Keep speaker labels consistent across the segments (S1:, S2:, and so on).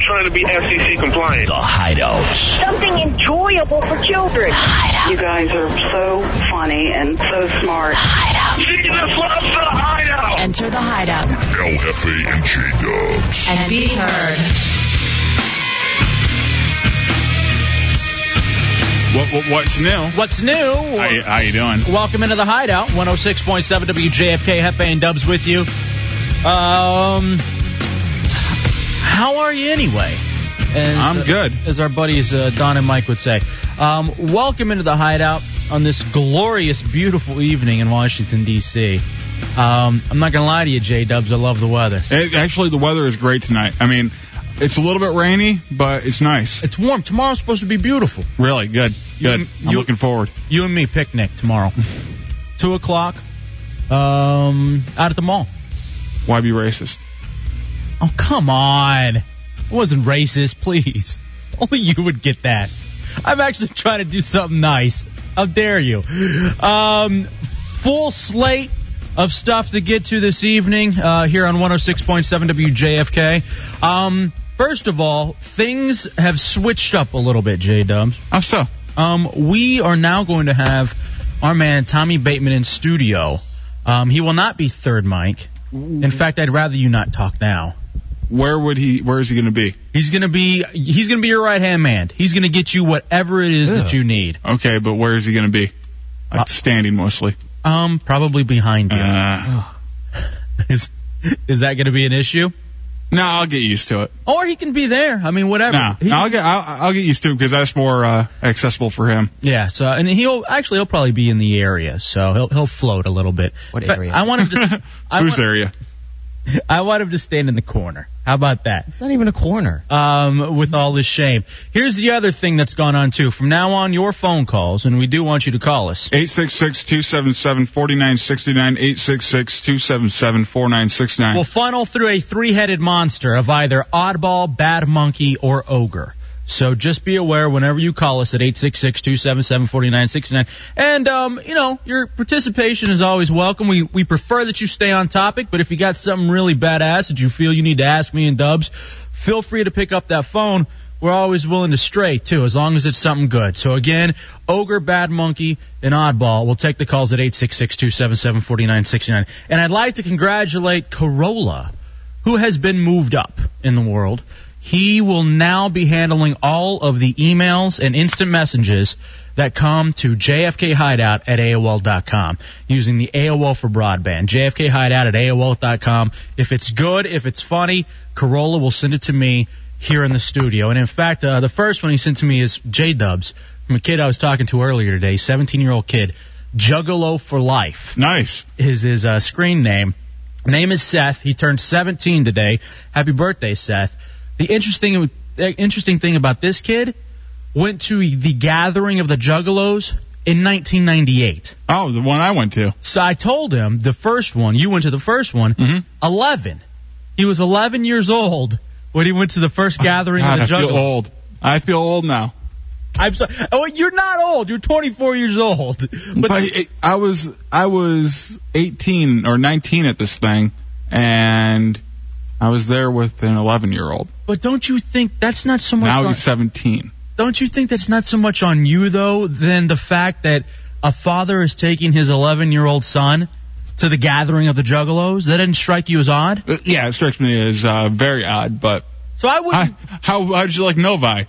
S1: trying to be FCC compliant.
S2: The hideout.
S3: something enjoyable for children.
S4: You guys are so funny and so smart.
S1: Jesus loves the hideout.
S5: Enter the hideout
S2: LFA and J Dubs.
S5: and be heard.
S6: What, what, what's new?
S7: What's new?
S6: How, you- how you doing?
S7: Welcome into the Hideout, 106.7 WJFK, Hefe and Dubs with you. Um, how are you anyway? As, uh,
S6: I'm good.
S7: As our buddies uh, Don and Mike would say. Um, welcome into the Hideout on this glorious, beautiful evening in Washington, D.C. Um, I'm not going to lie to you, J Dubs, I love the weather.
S6: It, actually, the weather is great tonight. I mean, it's a little bit rainy, but it's nice.
S7: It's warm. Tomorrow's supposed to be beautiful.
S6: Really good. Good. I'm
S7: you-
S6: looking forward.
S7: You and me picnic tomorrow. 2 o'clock, um, out at the mall.
S6: Why be racist?
S7: Oh, come on. I wasn't racist, please. Only you would get that. I'm actually trying to do something nice. How dare you? Um, full slate of stuff to get to this evening uh, here on 106.7 WJFK. Um, first of all, things have switched up a little bit, J Dubs.
S6: Oh, so
S7: Um, we are now going to have our man Tommy Bateman in studio. Um, he will not be third mic. In fact, I'd rather you not talk now.
S6: where would he? Where is he going to be?
S7: He's gonna be he's gonna be your right hand man. He's gonna get you whatever it is that you need.
S6: Okay, but where is he going to be? Like
S7: Uh,
S6: standing mostly.
S7: Um, probably behind you.
S6: Uh,
S7: is is that gonna be an issue?
S6: no, I'll get used to it.
S7: Or he can be there. I mean, whatever.
S6: No,
S7: He-
S6: no I'll get I'll, I'll get used to it because that's more uh, accessible for him.
S7: Yeah. So and he'll actually he'll probably be in the area. So he'll he'll float a little bit.
S8: What
S7: But
S8: area?
S7: I want him to. I
S6: Who's
S7: want,
S6: area?
S7: I want him to stand in the corner. How about that?
S8: It's not even a corner.
S7: um, with all this shame. Here's the other thing that's gone on too. From now on, your phone calls, and we do want you to call us.
S6: 866-277-4969, 866-277-4969.
S7: will funnel through a three-headed monster of either oddball, bad monkey, or ogre. So just be aware whenever you call us at 866-277-4969. And, um, you know, your participation is always welcome. We, we prefer that you stay on topic, but if you got something really badass that you feel you need to ask me and Dubs, feel free to pick up that phone. We're always willing to stray too, as long as it's something good. So again, Ogre, Bad Monkey, and Oddball will take the calls at 866-277-4969. And I'd like to congratulate Corolla, who has been moved up in the world. He will now be handling all of the emails and instant messages that come to JFK Hideout at AOL.com using the AOL for broadband. JFK Hideout at AOL.com. If it's good, if it's funny, Corolla will send it to me here in the studio. And in fact, uh, the first one he sent to me is J Dubs from a kid I was talking to earlier today, 17 year old kid. Juggalo for Life
S6: nice.
S7: his his uh, screen name. Name is Seth. He turned 17 today. Happy birthday, Seth. The interesting the interesting thing about this kid went to the gathering of the Juggalos in 1998.
S6: Oh, the one I went to.
S7: So I told him the first one. You went to the first one.
S6: Mm-hmm.
S7: 11. He was 11 years old when he went to the first gathering
S6: God, I
S7: of the
S6: feel
S7: Juggalos.
S6: old. I feel old now.
S7: I'm sorry. Oh, you're not old. You're 24 years old.
S6: But, it, I was I was 18 or 19 at this thing, and I was there with an 11 year old.
S7: but don't you think that's not so much
S6: Now
S7: on-
S6: he's 17.
S7: Don't you think that's not so much on you though than the fact that a father is taking his 11-year-old son to the gathering of the Juggalos? That didn't strike you as odd?
S6: Uh, Yeah, it strikes me as uh, very odd. But
S7: So I wouldn't.
S6: I, how how'd you like Novi?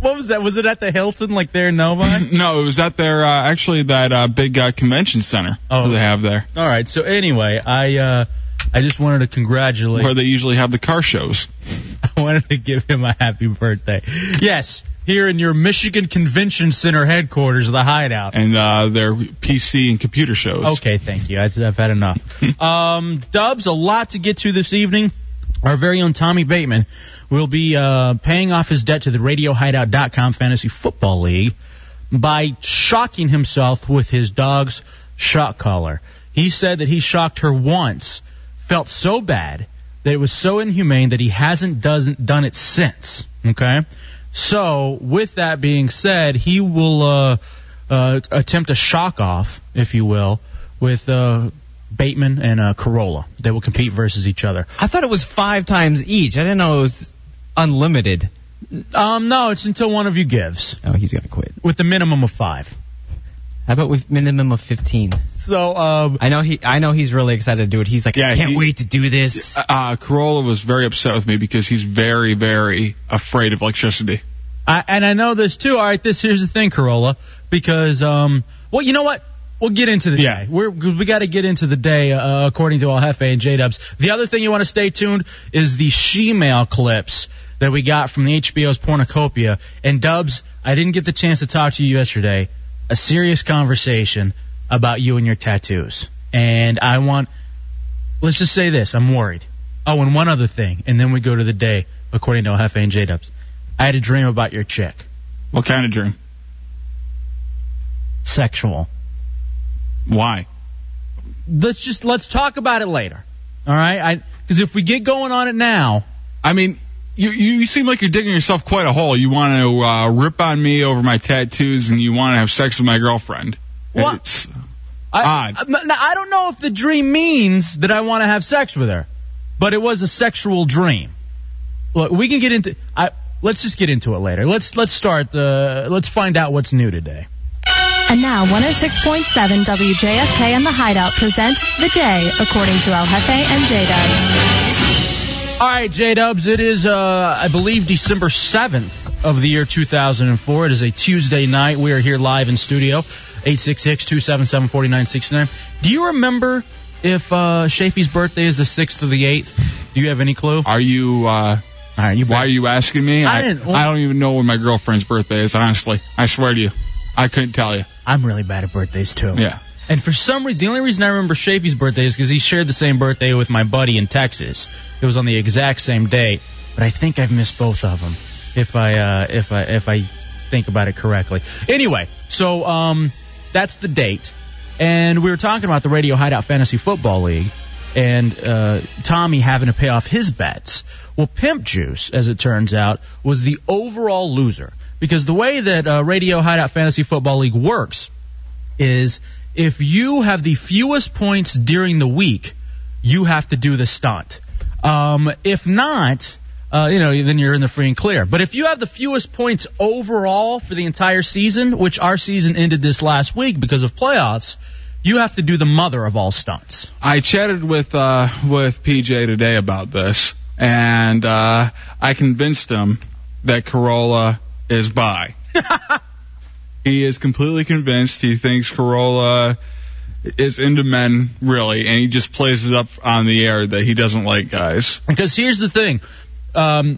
S7: What was that? Was it at the Hilton, like there in Novi?
S6: No, it was at their uh, actually that uh, big uh, convention center
S7: Oh.
S6: that they have there,
S7: All right. So anyway, I uh, I just wanted to congratulate.
S6: where they usually have the car shows.
S7: I wanted to give him a happy birthday. Yes, here in your Michigan Convention Center headquarters, the Hideout.
S6: and uh, their PC and computer shows.
S7: Okay, thank you. I, I've had enough. um, Dubs, a lot to get to this evening. Our very own Tommy Bateman will be uh, paying off his debt to the RadioHideout.com Fantasy Football League by shocking himself with his dog's shock collar. He said that he shocked her once, felt so bad that it was so inhumane that he hasn't doesn't done it since. Okay, so with that being said, he will uh, uh, attempt a shock off, if you will, with uh, Bateman and uh, Corolla. They will compete versus each other.
S8: I thought it was five times each. I didn't know it was unlimited.
S7: Um, no, it's until one of you gives,
S8: Oh, he's gonna quit.
S7: with a minimum of five.
S8: How about with minimum of fifteen?
S7: So um,
S8: I know he. I know he's really excited to do it. He's like,
S6: Yeah,
S8: I can't
S6: he-
S8: wait to do this.
S6: Uh, Corolla was very upset with me because he's very, very afraid of electricity.
S7: I, and I know this too. All right, this here's the thing, Corolla, because um, well, you know what? We'll get into the
S6: Yeah.
S7: day. We're, 'cause we got to get into the day, uh, according to Al Jefe and J Dubs. The other thing you want to stay tuned is the she-mail clips that we got from the HBO's Pornocopia. And Dubs, I didn't get the chance to talk to you yesterday. A serious conversation about you and your tattoos. And I want, let's just say this, I'm worried. Oh, and one other thing, and then we go to the day, according to Al Jefe and J Dubs. I had a dream about your chick.
S6: What kind of dream?
S7: Sexual.
S6: Why?
S7: Let's just let's talk about it later. All right? I because if we get going on it now,
S6: I mean, you you seem like you're digging yourself quite a hole. You want to uh, rip on me over my tattoos, and you want to have sex with my girlfriend.
S7: What?
S6: It's-
S7: I,
S6: Odd.
S7: I, now, I don't know if the dream means that I want to have sex with her, but it was a sexual dream. Look, we can get into. I let's just get into it later. Let's let's start the. Let's find out what's new today.
S5: And now 106.7 WJFK and the Hideout present the day according to El Jefe and J Dubs.
S7: All right, J Dubs, it is, uh, I believe, December 7th of the year 2004. It is a Tuesday night. We are here live in studio, 866 277 4969. Do you remember if uh, Shafi's birthday is the 6th of the 8th? Do you have any clue? All
S6: Are you? Uh,
S7: right, you
S6: why are you asking me?
S7: I didn't- well-
S6: I don't even know when my girlfriend's birthday is. Honestly, I swear to you, I couldn't tell you.
S7: I'm really bad at birthdays, too.
S6: Yeah.
S7: And for some reason, the only reason I remember Shafi's birthday is because he shared the same birthday with my buddy in Texas. It was on the exact same day, but I think I've missed both of them. If I uh, if I if I think about it correctly. Anyway, so um, that's the date, and we were talking about the Radio Hideout Fantasy Football League, and uh, Tommy having to pay off his bets. Well, Pimp Juice, as it turns out, was the overall loser because the way that uh, Radio Hideout Fantasy Football League works is if you have the fewest points during the week, you have to do the stunt. Um, if not, uh, you know, then you're in the free and clear. But if you have the fewest points overall for the entire season, which our season ended this last week because of playoffs, you have to do the mother of all stunts.
S6: I chatted with uh, with PJ today about this, and uh, I convinced him that Corolla is bi. he is completely convinced. He thinks Corolla is into men, really, and he just plays it up on the air that he doesn't like guys.
S7: Because here's the thing, um,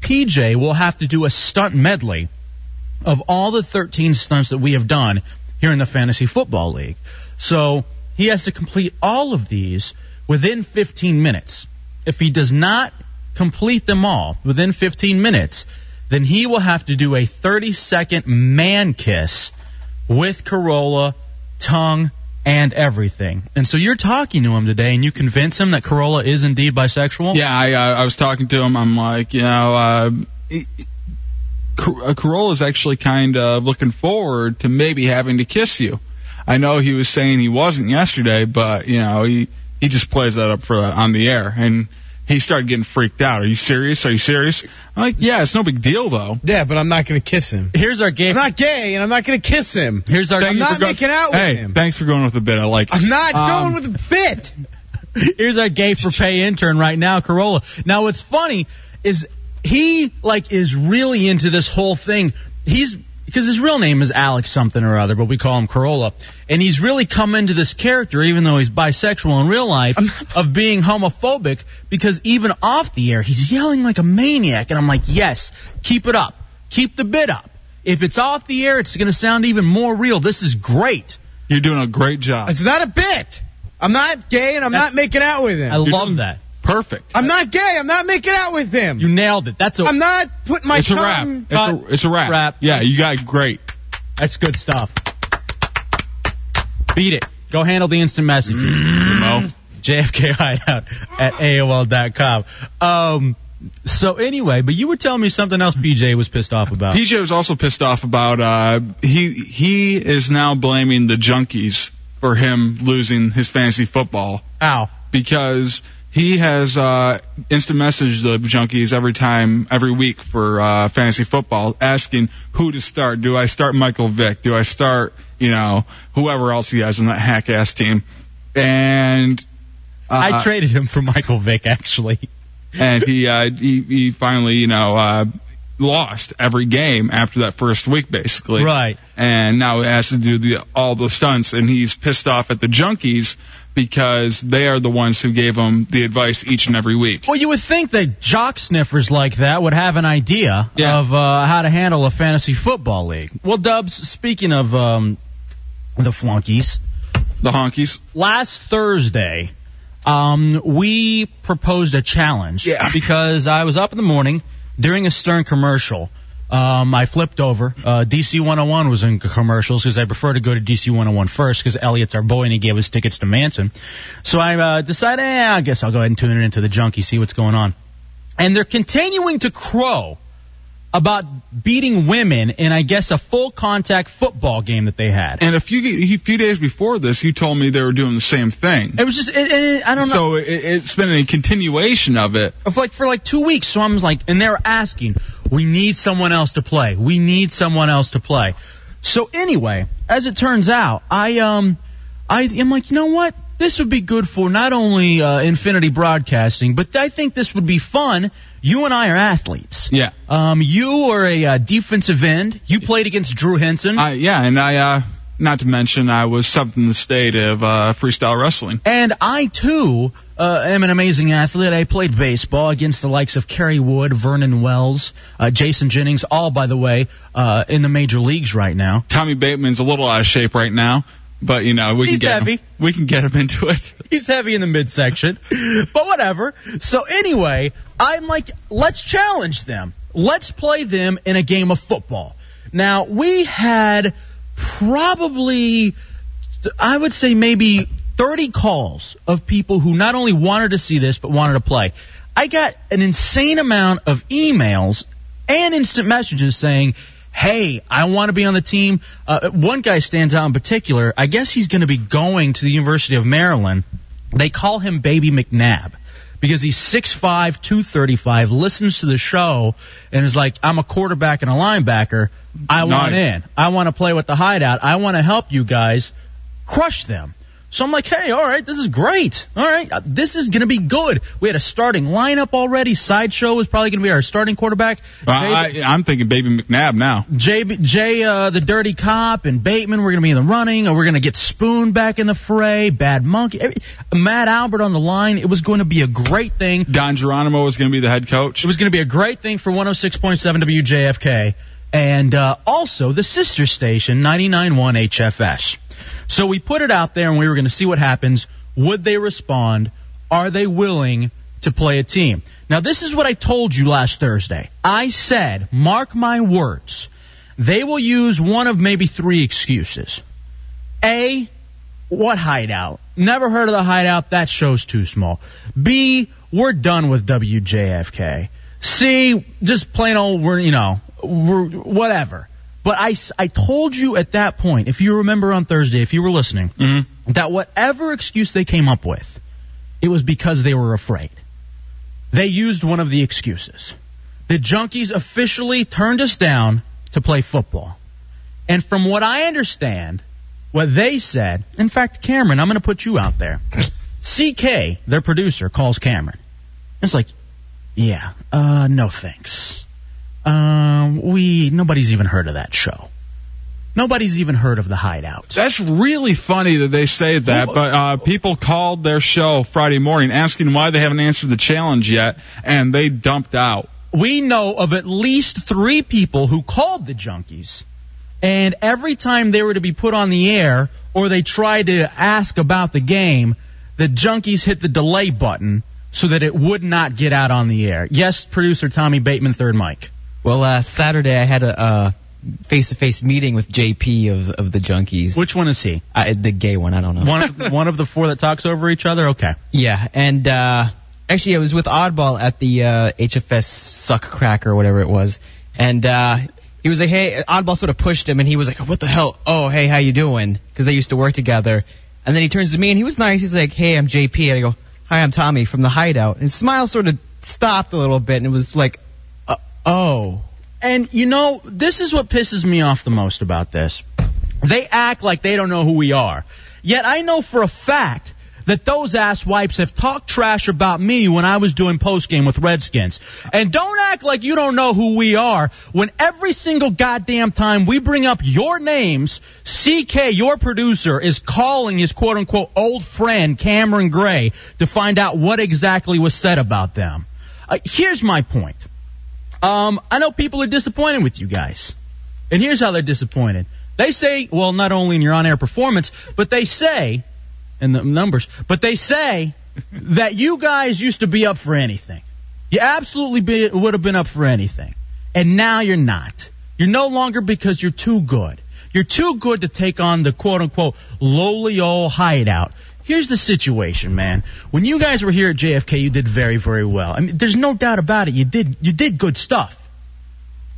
S7: PJ will have to do a stunt medley of all the 13 stunts that we have done here in the fantasy football league. So he has to complete all of these within 15 minutes. If he does not complete them all within 15 minutes, then he will have to do a 30 second man kiss with Corolla, tongue, and everything. And so you're talking to him today and you convince him that Corolla is indeed bisexual?
S6: Yeah, I, uh, I was talking to him. I'm like, you know, uh, it- it- Cor- uh, Corolla's actually kind of looking forward to maybe having to kiss you. I know he was saying he wasn't yesterday, but you know, he he just plays that up for on the air, and he started getting freaked out. Are you serious? Are you serious? I'm like, yeah, it's no big deal though.
S9: Yeah, but I'm not gonna kiss him.
S7: Here's our gay.
S9: I'm not gay, and I'm not gonna kiss him.
S7: Here's our
S6: Thank you
S9: not
S6: for go-
S9: making out with
S6: hey,
S9: him.
S6: thanks for going with the bit. I like. it.
S9: I'm not
S6: Um,
S9: going with a bit.
S7: here's our gay for pay intern right now, Corolla. Now what's funny is he like is really into this whole thing. He's because his real name is Alex something or other, but we call him Corolla, and he's really come into this character, even though he's bisexual in real life, of being homophobic. Because even off the air, he's yelling like a maniac, and I'm like, yes, keep it up, keep the bit up. If it's off the air, it's going to sound even more real. This is great.
S6: You're doing a great job.
S9: It's not a bit. I'm not gay, and I'm not making out with
S7: I
S9: him.
S7: love that.
S6: Perfect.
S9: I'm not gay. I'm not making out with him.
S7: You nailed it. That's a
S9: I'm not putting my
S6: it's a wrap.
S9: tongue.
S6: It's a, it's a wrap.
S7: Wrap.
S6: Yeah, you got it great.
S7: That's good stuff. Beat it. Go handle the instant messages. Mo. JFK Hideout at AOL.com. Um, so anyway, but you were telling me something else PJ was pissed off about.
S6: PJ was also pissed off about uh, he he is now blaming the junkies for him losing his fantasy football.
S7: Ow!
S6: Because he has uh, instant messaged the junkies every time every week for uh, fantasy football, asking who to start. Do I start Michael Vick? Do I start you know whoever else he has on that hack ass team? And uh,
S7: I traded him for Michael Vick, actually.
S6: and he, uh, he he finally you know uh, lost every game after that first week basically.
S7: Right.
S6: And now he has to do the, all the stunts, and he's pissed off at the junkies because they are the ones who gave him the advice each and every week.
S7: Well, you would think that jock sniffers like that would have an idea of uh, how to handle a fantasy football league. Well, Dubs, speaking of um, the flunkies,
S6: the honkies.
S7: Last Thursday, um, we proposed a challenge. Yeah. Because I was up in the morning during a Stern commercial. Um, I flipped over. Uh, DC 101 was in commercials because I prefer to go to DC 101 first because Elliot's our boy and he gave us tickets to Manson. So I uh, decided, eh, I guess I'll go ahead and tune it into the junkie, see what's going on. And they're continuing to crow about beating women in, I guess, a full contact football game that they had.
S6: And a few a few days before this, you told me they were doing the same thing.
S7: It was just, it, it, I don't know.
S6: So it, it's been a continuation of it.
S7: of like for like two weeks. So I'm like, and they're asking, we need someone else to play. We need someone else to play. So anyway, as it turns out, I um, I am like, you know what? This would be good for not only uh, Infinity Broadcasting, but I think this would be fun. You and I are athletes.
S6: Yeah.
S7: Um, you are a uh, defensive end. You played against Drew Henson.
S6: I, yeah, and I, uh, not to mention, I was seventh in the state of uh, freestyle wrestling.
S7: And I too uh, am an amazing athlete. I played baseball against the likes of Kerry Wood, Vernon Wells, uh, Jason Jennings, all by the way, uh, in the major leagues right now.
S6: Tommy Bateman's a little out of shape right now, but you know we
S7: He's
S6: can get
S7: heavy.
S6: him. We can get him into it.
S7: He's heavy in the midsection, but whatever. So anyway, I'm like, let's challenge them. Let's play them in a game of football. Now we had probably, I would say maybe 30 calls of people who not only wanted to see this but wanted to play. I got an insane amount of emails and instant messages saying, Hey, I want to be on the team. Uh, one guy stands out in particular. I guess he's going to be going to the University of Maryland. They call him Baby McNabb because he's 6'5, 235, listens to the show, and is like, I'm a quarterback and a linebacker. I want
S6: Nice.
S7: in. I want to play with the hideout. I want to help you guys crush them. So I'm like, hey, all right, this is great. All right, uh, this is going to be good. We had a starting lineup already. Sideshow is probably going to be our starting quarterback.
S6: Uh, I, I, I'm thinking Baby McNabb now.
S7: Jay, Jay uh, the Dirty Cop and Bateman were going to be in the running. Or we're going to get Spoon back in the fray. Bad Monkey. Every, Matt Albert on the line. It was going to be a great thing.
S6: Don Geronimo is going to be the head coach.
S7: It was going to be a great thing for 106.7 WJFK and uh, also the sister station 99.1 HFS. So we put it out there and we were going to see what happens. Would they respond? Are they willing to play a team? Now this is what I told you last Thursday. I said, mark my words, they will use one of maybe three excuses. A, what hideout? Never heard of the hideout. That show's too small. B, we're done with WJFK. C, just plain old, we're, you know, we're, whatever. But I, s- I told you at that point, if you remember on Thursday, if you were listening, that whatever excuse they came up with, it was because they were afraid. They used one of the excuses. The junkies officially turned us down to play football. And from what I understand, what they said, in fact, Cameron, I'm going to put you out there. CK, their producer, calls Cameron. It's like, yeah, uh, no thanks. Um, we, nobody's even heard of that show. Nobody's even heard of the hideout.
S6: That's really funny that they say that, but uh, people called their show Friday morning asking why they haven't answered the challenge yet, and they dumped out.
S7: we know of at least three people who called the junkies, and every time they were to be put on the air or they tried to ask about the game, the junkies hit the delay button so that it would not get out on the air. Yes, producer Tommy Bateman, third mic.
S8: Well, uh, Saturday I had a uh, face-to-face meeting with JP of of the junkies.
S7: Which one is he?
S8: Uh, the gay one. I don't know.
S7: One of, one of the four that talks over each other. Okay.
S8: Yeah, and uh, actually, I was with Oddball at the uh, HFS Suck Crack or whatever it was, and uh, he was like, "Hey," Oddball sort of pushed him, and he was like, "What the hell? Oh, hey, how you doing?" Because they used to work together, and then he turns to me, and he was nice. He's like, "Hey, I'm JP," and I go, "Hi, I'm Tommy from the Hideout," and his smile sort of stopped a little bit, and it was like, uh, "Oh."
S7: And you know, this is what pisses me off the most about this. They act like they don't know who we are. Yet I know for a fact that those ass wipes have talked trash about me when I was doing post game with Redskins. And don't act like you don't know who we are when every single goddamn time we bring up your names, CK, your producer, is calling his quote unquote old friend Cameron Gray to find out what exactly was said about them. Uh, here's my point. Um, I know people are disappointed with you guys. And here's how they're disappointed. They say, well, not only in your on air performance, but they say, and the numbers, but they say that you guys used to be up for anything. You absolutely be, would have been up for anything. And now you're not. You're no longer because you're too good. You're too good to take on the quote unquote lowly old hideout. Here's the situation, man. When you guys were here at JFK, you did very, very well. I mean, there's no doubt about it. You did, you did good stuff.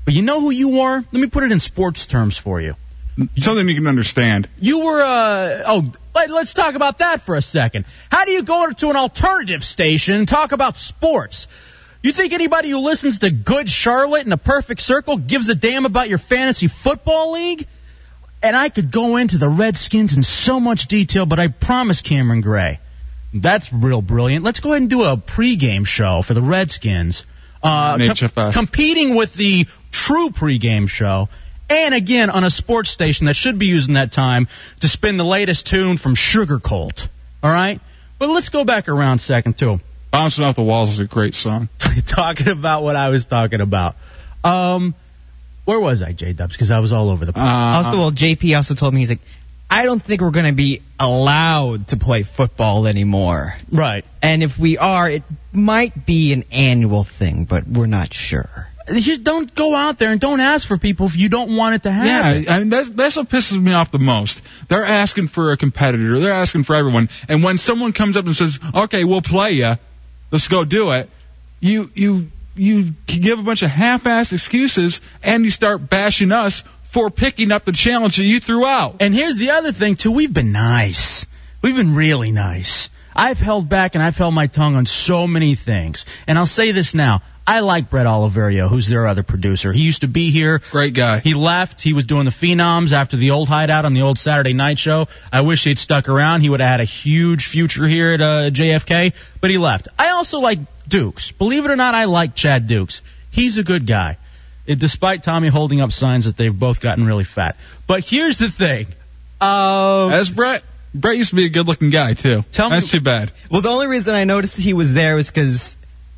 S7: But you know who you are? Let me put it in sports terms for you.
S6: Something you can understand.
S7: You were, uh, oh, let, us talk about that for a second. How do you go to an alternative station and talk about sports? You think anybody who listens to Good Charlotte and a Perfect Circle gives a damn about your fantasy football league? And I could go into the Redskins in so much detail, but I promise Cameron Gray, that's real brilliant. Let's go ahead and do a pregame show for the Redskins, uh,
S6: Nature Fest.
S7: competing with the true pregame show. And again, on a sports station that should be using that time to spin the latest tune from Sugar Colt. All right? But let's go back around second, too.
S6: Bouncing off the walls is a great song.
S7: talking about what I was talking about. Um, where was I, J Dubs? Because I was all over the place.
S8: also, well, JP also told me he's like, I don't think we're going to be allowed to play football anymore.
S7: right.
S8: And if we are, it might be an annual thing, but we're not sure.
S7: Just don't go out there and don't ask for people if you don't want it to happen.
S6: Yeah, I mean that's that's what pisses me off the most. They're asking for a competitor. They're asking for everyone. And when someone comes up and says, "Okay, we'll play you. Let's go do it," you you you give a bunch of half-assed excuses and you start bashing us for picking up the challenge that you threw out.
S7: And here's the other thing too. We've been nice. We've been really nice. I've held back and I've held my tongue on so many things. And I'll say this now. I like Brett Oliverio, who's their other producer. He used to be here.
S6: Great guy.
S7: He left. He was doing the Phenoms after the old hideout on the old Saturday night show. I wish he'd stuck around. He would have had a huge future here at uh, JFK, but he left. I also like Dukes. Believe it or not, I like Chad Dukes. He's a good guy, it, despite Tommy holding up signs that they've both gotten really fat. But here's the thing. Um,
S6: As Brett, Brett used to be a good-looking guy too.
S7: Tell me-
S6: that's too bad.
S8: Well, the only reason I noticed he was there was because,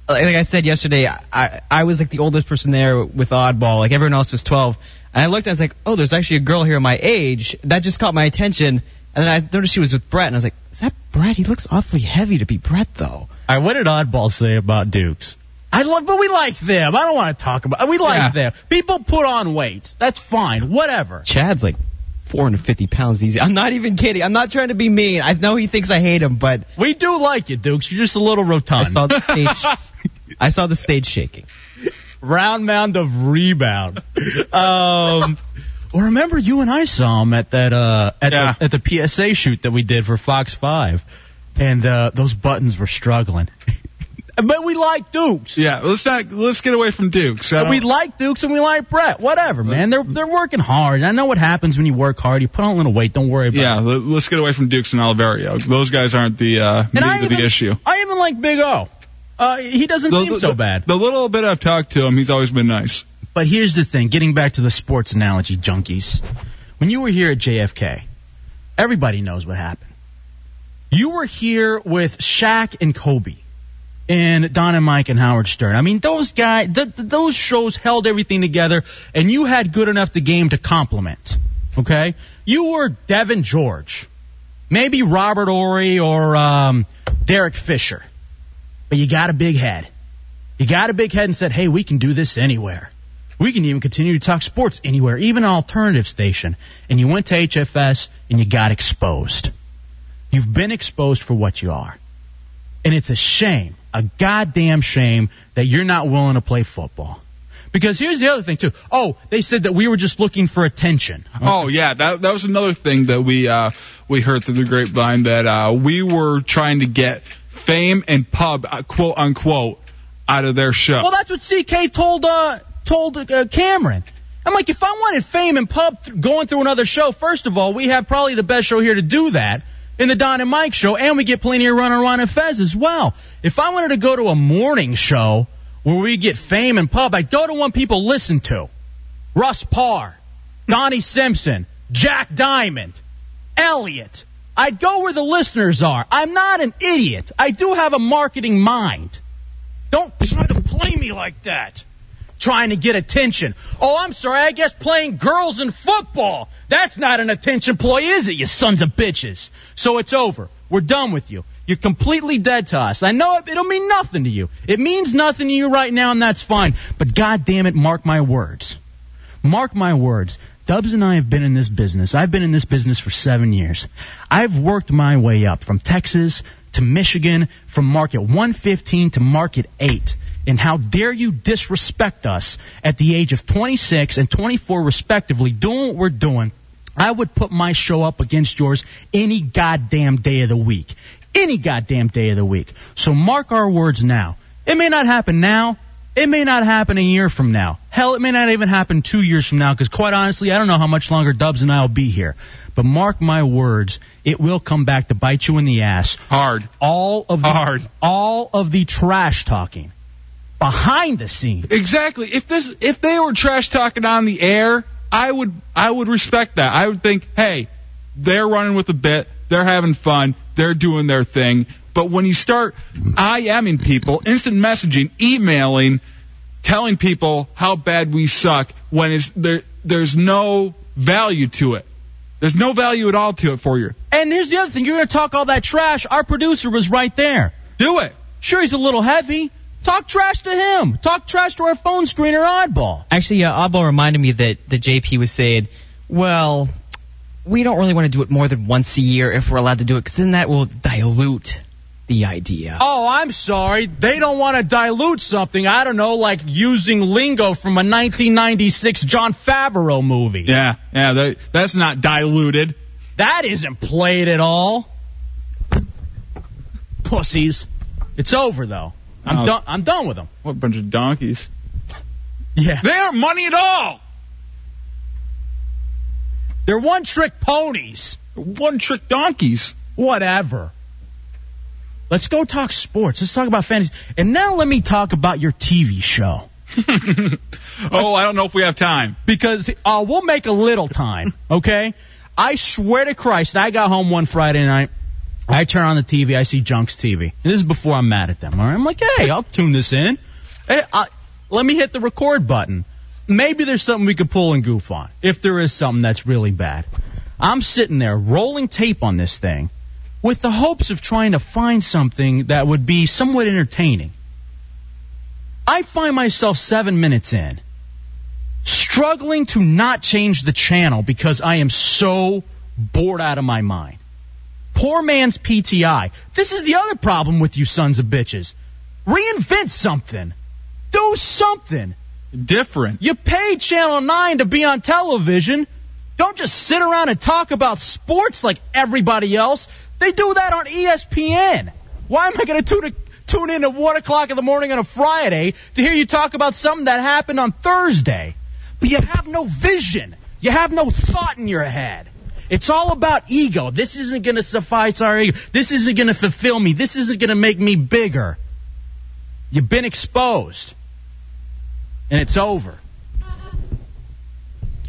S8: like I said yesterday, I- I, I was like the oldest person there with Oddball. Like everyone else was 12. And I looked and I was like, oh, there's actually a girl here my age. That just caught my attention. And then I noticed she was with Brett and I was like, is that Brett? He looks awfully heavy to be Brett though.
S7: All right, what did Oddball say about Dukes? I love, but we like them. I don't want to talk about. We like
S6: Yeah.
S7: them. People put on weight. That's fine. Whatever.
S8: Chad's like 450 pounds easy. I'm not even kidding. I'm not trying to be mean. I know he thinks I hate him, but
S7: We do like you, Dukes. You're just a little
S8: I
S7: rotund.
S8: saw the stage. I saw the stage shaking.
S7: Round mound of rebound. um, well, remember you and I saw him at that uh at,
S6: Yeah.
S7: the, at the PSA shoot that we did for Fox Five, and uh, those buttons were struggling. but we like Dukes.
S6: Yeah, let's not let's get away from Dukes. I
S7: And we
S6: don't-
S7: like Dukes and we like Brett. Whatever, man. They're they're working hard. I know what happens when you work hard. You put on a little weight. Don't worry about
S6: yeah,
S7: it.
S6: let- let's get away from Dukes and Oliverio. Those guys aren't the uh,
S7: And
S6: meat
S7: I
S6: of
S7: even,
S6: the issue.
S7: I even like Big O. Uh, he doesn't
S6: The-
S7: seem
S6: the-
S7: so bad.
S6: The little bit I've talked to him, he's always been nice.
S7: But here's the thing, getting back to the sports analogy, junkies. When you were here at JFK, everybody knows what happened. You were here with Shaq and Kobe and Don and Mike and Howard Stern. I mean, those guys, th- th- those shows held everything together and you had good enough the game to complement. Okay? You were Devin George. Maybe Robert Ory or um, Derek Fisher. But you got a big head. You got a big head and said, hey, we can do this anywhere. We can even continue to talk sports anywhere, even an alternative station. And you went to HFS and you got exposed. You've been exposed for what you are. And it's a shame, a goddamn shame that you're not willing to play football. Because here's the other thing too. Oh, they said that we were just looking for attention.
S6: Oh yeah, that that was another thing that we uh, we heard through the grapevine that uh, we were trying to get fame and pub uh, quote unquote out of their show.
S7: Well, that's what CK told uh told uh, Cameron. I'm like, if I wanted fame and pub th- going through another show, first of all, we have probably the best show here to do that in the Don and Mike show, and we get plenty of runner on and Fez as well. If I wanted to go to a morning show where we get fame and pub, I'd go to one people listen to. Russ Parr, Donnie Simpson, Jack Diamond, Elliot. I'd go where the listeners are. I'm not an idiot. I do have a marketing mind. Don't try to play me like that. Trying to get attention. Oh, I'm sorry. I guess playing girls in football. That's not an attention ploy, is it, you sons of bitches? So it's over. We're done with you. You're completely dead to us. I know it, it'll mean nothing to you. It means nothing to you right now, and that's fine. But God damn it, mark my words. Mark my words. Dubs and I have been in this business. I've been in this business for seven years. I've worked my way up from Texas to Michigan, from market 115 to market 8. And how dare you disrespect us at the age of 26 and 24 respectively, doing what we're doing. I would put my show up against yours any goddamn day of the week. Any goddamn day of the week. So mark our words now. It may not happen now. It may not happen a year from now. Hell, it may not even happen two years from now because quite honestly, I don't know how much longer Dubs and I will be here. But mark my words, it will come back to bite you in the ass.
S6: Hard.
S7: All of the,
S6: Hard.
S7: All of the trash talking behind the scenes.
S6: Exactly. If this if they were trash talking on the air, I would I would respect that. I would think, hey, they're running with a bit, they're having fun, they're doing their thing. But when you start I IMing people, instant messaging, emailing, telling people how bad we suck when it's there there's no value to it. There's no value at all to it for you.
S7: And here's the other thing: you're gonna talk all that trash. Our producer was right there.
S6: Do it.
S7: Sure, he's a little heavy. Talk trash to him. Talk trash to our phone screener, Oddball.
S8: Actually, uh, Oddball reminded me that the JP was saying, well, we don't really want to do it more than once a year if we're allowed to do it, because then that will dilute the idea.
S7: Oh, I'm sorry. They don't want to dilute something. I don't know, like using lingo from a 1996 John Favreau movie.
S6: Yeah, yeah, that, that's not diluted.
S7: That isn't played at all. Pussies. It's over though. I'm
S6: Oh.
S7: done. I'm done with them.
S6: What a bunch of donkeys.
S7: Yeah.
S6: They aren't money at all.
S7: They're one-trick ponies.
S6: One trick donkeys.
S7: Whatever. Let's go talk sports. Let's talk about fantasy. And now let me talk about your TV show.
S6: oh, I don't know if we have time.
S7: because uh, we'll make a little time, okay? I swear to Christ, I got home one Friday night. I turn on the TV, I see Junk's TV. And this is before I'm mad at them, all right? I'm like, hey, I'll tune this in. Hey, I, let me hit the record button. Maybe there's something we could pull and goof on, if there is something that's really bad. I'm sitting there rolling tape on this thing with the hopes of trying to find something that would be somewhat entertaining. I find myself seven minutes in struggling to not change the channel because I am so bored out of my mind. Poor man's PTI. This is the other problem with you sons of bitches. Reinvent something. Do something.
S6: Different.
S7: You paid Channel 9 to be on television. Don't just sit around and talk about sports like everybody else. They do that on E ESPN. Why am I going to tune, tune in at 1 o'clock in the morning on a Friday to hear you talk about something that happened on Thursday? But you have no vision. You have no thought in your head. It's all about ego. This isn't going to suffice our ego. This isn't going to fulfill me. This isn't going to make me bigger. You've been exposed. And it's over.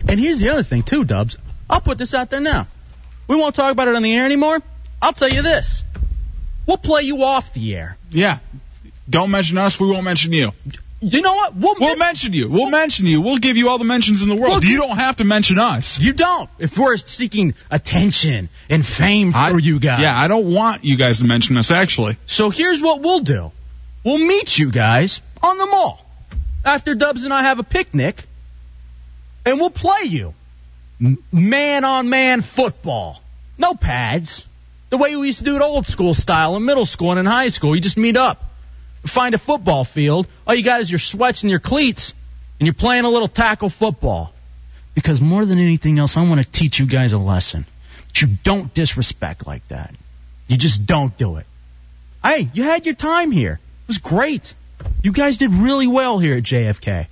S7: And here's the other thing, too, Dubs. I'll put this out there now. We won't talk about it on the air anymore. I'll tell you this. We'll play you off the air.
S6: Yeah. Don't mention us. We won't mention you.
S7: You know what? We'll,
S6: We'll mention you. We'll mention you. We'll give you all the mentions in the world.
S7: Look-
S6: you don't have to mention us.
S7: You don't. If we're seeking attention and fame for you guys.
S6: Yeah, I don't want you guys to mention us, actually.
S7: So here's what we'll do. We'll meet you guys on the mall. After Dubs and I have a picnic, and we'll play you man on man football. No pads. The way we used to do it old school style in middle school and in high school. You just meet up, find a football field. All you got is your sweats and your cleats, and you're playing a little tackle football. Because more than anything else, I want to teach you guys a lesson. But you don't disrespect like that. You just don't do it. Hey, you had your time here. It was great. You guys did really well here at JFK.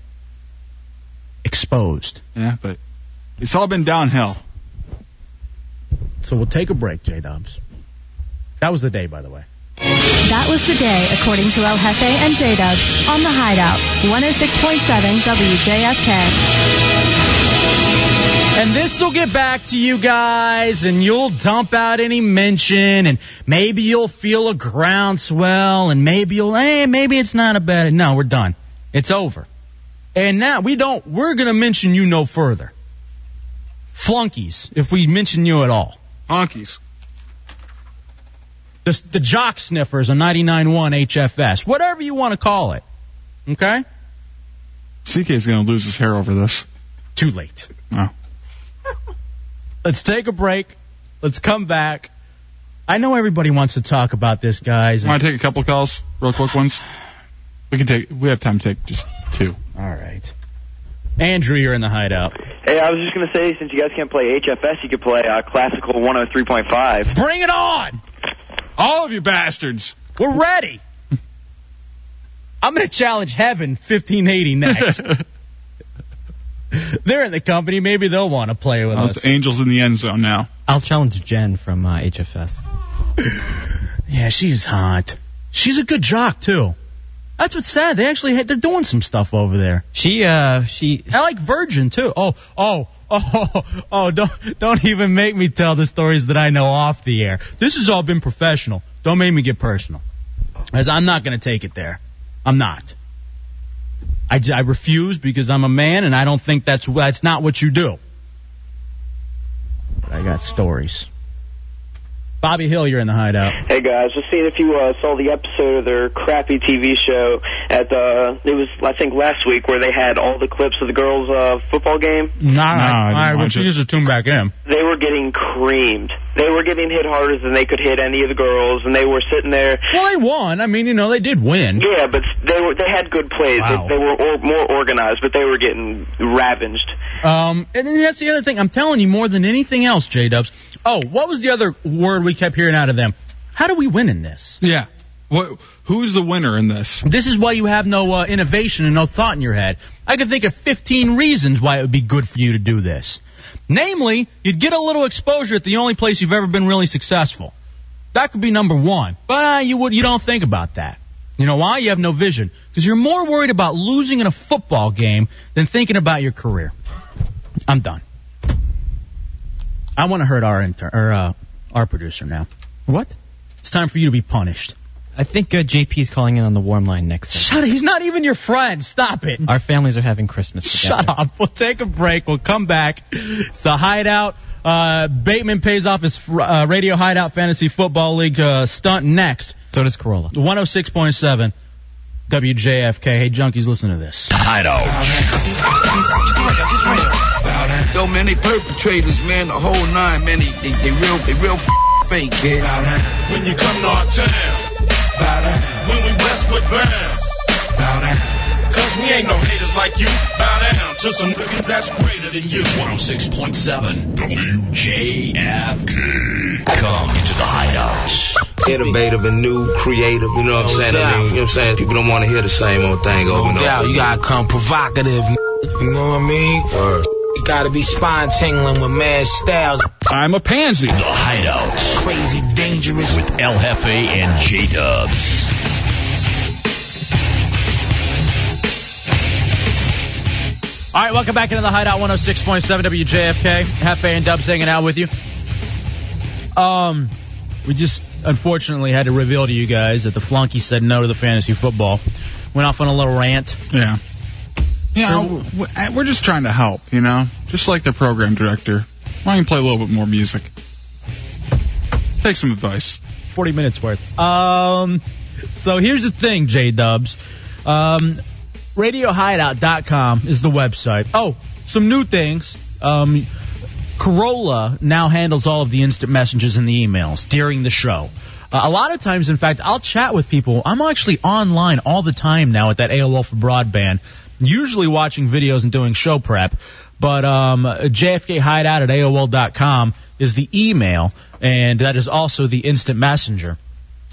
S7: Exposed.
S6: Yeah, but it's all been downhill.
S7: So we'll take a break, J Dubs. That was the day, by the way.
S5: That was the day, according to El Jefe and J Dubs, on the Hideout, 106.7 WJFK.
S7: And this will get back to you guys, and you'll dump out any mention, and maybe you'll feel a groundswell, and maybe you'll, hey, maybe it's not a bad. No, we're done. It's over. And now we don't. We're gonna mention you no further. Flunkies, if we mention you at all.
S6: Honkies.
S7: The, the jock sniffers on 99.1 HFS, whatever you want to call it. Okay?
S6: CK is going to lose his hair over this.
S7: Too late.
S6: Oh.
S7: Let's take a break. Let's come back. I know everybody wants to talk about this, guys.
S6: Want to take a couple calls, real quick ones? We can take. We have time to take just two.
S7: All right. Andrew, you're in the hideout.
S10: Hey, I was just going to say, since you guys can't play HFS, you could play uh, Classical 103.5.
S7: Bring it on!
S6: All of you bastards!
S7: We're ready! I'm going to challenge Heaven 1580 next. They're in the company. Maybe they'll want to play with
S6: Those
S7: us.
S6: angels in the end zone now.
S8: I'll challenge Jen from uh, HFS.
S7: Yeah, she's hot. She's a good jock too. That's what's sad. They actually had, they're doing some stuff over there.
S8: She uh she
S7: I like Virgin too. Oh, oh, oh, oh! Don't don't even make me tell the stories that I know off the air. This has all been professional. Don't make me get personal, as I'm not going to take it there. I'm not. I, j- I refuse because I'm a man and I don't think that's that's not what you do. But I got stories. Bobby Hill, you're in the hideout.
S3: Hey guys, just seeing if you uh, saw the episode of their crappy TV show at the it was I think last week where they had all the clips of the girls' uh, football game.
S7: All right,
S6: I
S7: all
S6: didn't
S7: right. Well,
S6: watch
S7: she
S6: it.
S7: needs to tune back in.
S3: They were getting creamed. They were getting hit harder than they could hit any of the girls, and they were sitting there.
S7: Well, they won. I mean, you know, they did win.
S3: Yeah, but they were they had good plays.
S7: Wow.
S3: They, they were or, more organized, but they were getting ravaged.
S7: Um, and then that's the other thing. I'm telling you more than anything else, J Dubs. Oh, what was the other word we kept hearing out of them? How do we win in this?
S6: Yeah. What? Who's the winner in this?
S7: This is why you have no uh, innovation and no thought in your head. I could think of 15 reasons why it would be good for you to do this. Namely, you'd get a little exposure at the only place you've ever been really successful. That could be number one, but uh, you would you don't think about that. You know why? You have no vision because you're more worried about losing in a football game than thinking about your career. I'm done. I want to hurt our intern or uh, our producer now.
S8: what?
S7: It's time for you to be punished.
S8: I think uh, JP's calling in on the warm line next.
S7: Shut. He's not even your friend. Stop it.
S8: Our families are having Christmas together.
S7: Shut up. We'll take a break. We'll come back. It's the hideout. Uh, Bateman pays off his fr- uh, Radio Hideout Fantasy Football League uh, stunt next.
S8: So does Corolla.
S7: 106.7 WJFK. Hey, junkies, listen to this.
S11: So many perpetrators, man, the whole nine, man, they, they, they real, they real f- fake, kid.
S2: When you come to our town, bow down. When we Westwood bound, bow down. Cause we ain't no haters like you, bow down to some niggas that's greater than you. 106.7 WJFK. Come into the hideout.
S12: innovative and new, creative. You know what I'm saying? I mean, you know what I'm saying? People don't want to hear the same old thing over and over.
S13: doubt, you gotta come provocative. You know what I mean? You gotta be spine tingling with mad styles.
S6: I'm a pansy.
S2: The hideout
S13: Crazy, dangerous.
S2: with El Jefe and J Dubs.
S7: All right, welcome back into the Hideout 106.7 WJFK. Hefe and Dubs hanging out with you. Um, we just unfortunately had to reveal to you guys that the flunky said no to the fantasy football. Went off on a little rant.
S6: Yeah. Yeah. w- w- We're just trying to help, you know. Just like the program director. Why don't you play a little bit more music? Take some advice.
S7: 40 minutes worth. Um, so here's the thing, J Dubs. Um, RadioHideout.com is the website. Oh, some new things. Um, Corolla now handles all of the instant messages and the emails during the show. Uh, a lot of times, in fact, I'll chat with people. I'm actually online all the time now at that AOL for broadband, usually watching videos and doing show prep. But um, JFK Hideout at AOL.com is the email, and that is also the instant messenger.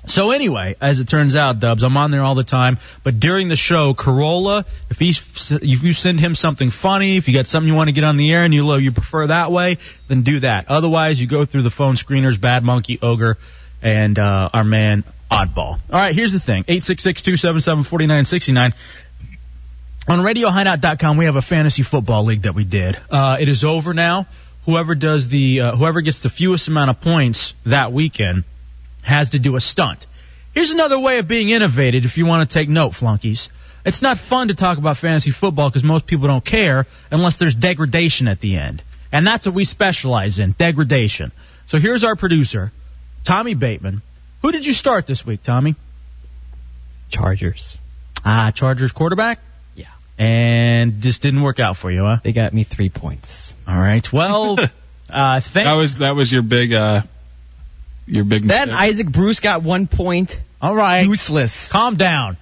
S7: So anyway, as it turns out, Dubs, I'm on there all the time. But during the show, Corolla, if he if you send him something funny, if you got something you want to get on the air and you lo- you prefer that way, then do that. Otherwise, you go through the phone screeners, Bad Monkey, Ogre, and uh, our man Oddball. All right, here's the thing: eight six six two seven seven forty nine sixty nine. On RadioHideout.com, we have a fantasy football league that we did. Uh, it is over now. Whoever does the uh, whoever gets the fewest amount of points that weekend has to do a stunt. Here's another way of being innovative if you want to take note, flunkies. It's not fun to talk about fantasy football because most people don't care unless there's degradation at the end. And that's what we specialize in, degradation. So here's our producer, Tommy Bateman. Who did you start this week, Tommy?
S8: Chargers.
S7: Ah, Chargers quarterback?
S8: Yeah.
S7: And this didn't work out for you, huh?
S8: They got me three points.
S7: All right. Well, uh, thank
S6: That was that was your big uh your big
S8: Then
S6: mistake.
S8: Isaac Bruce got one point.
S7: All right.
S8: Useless.
S7: Calm down.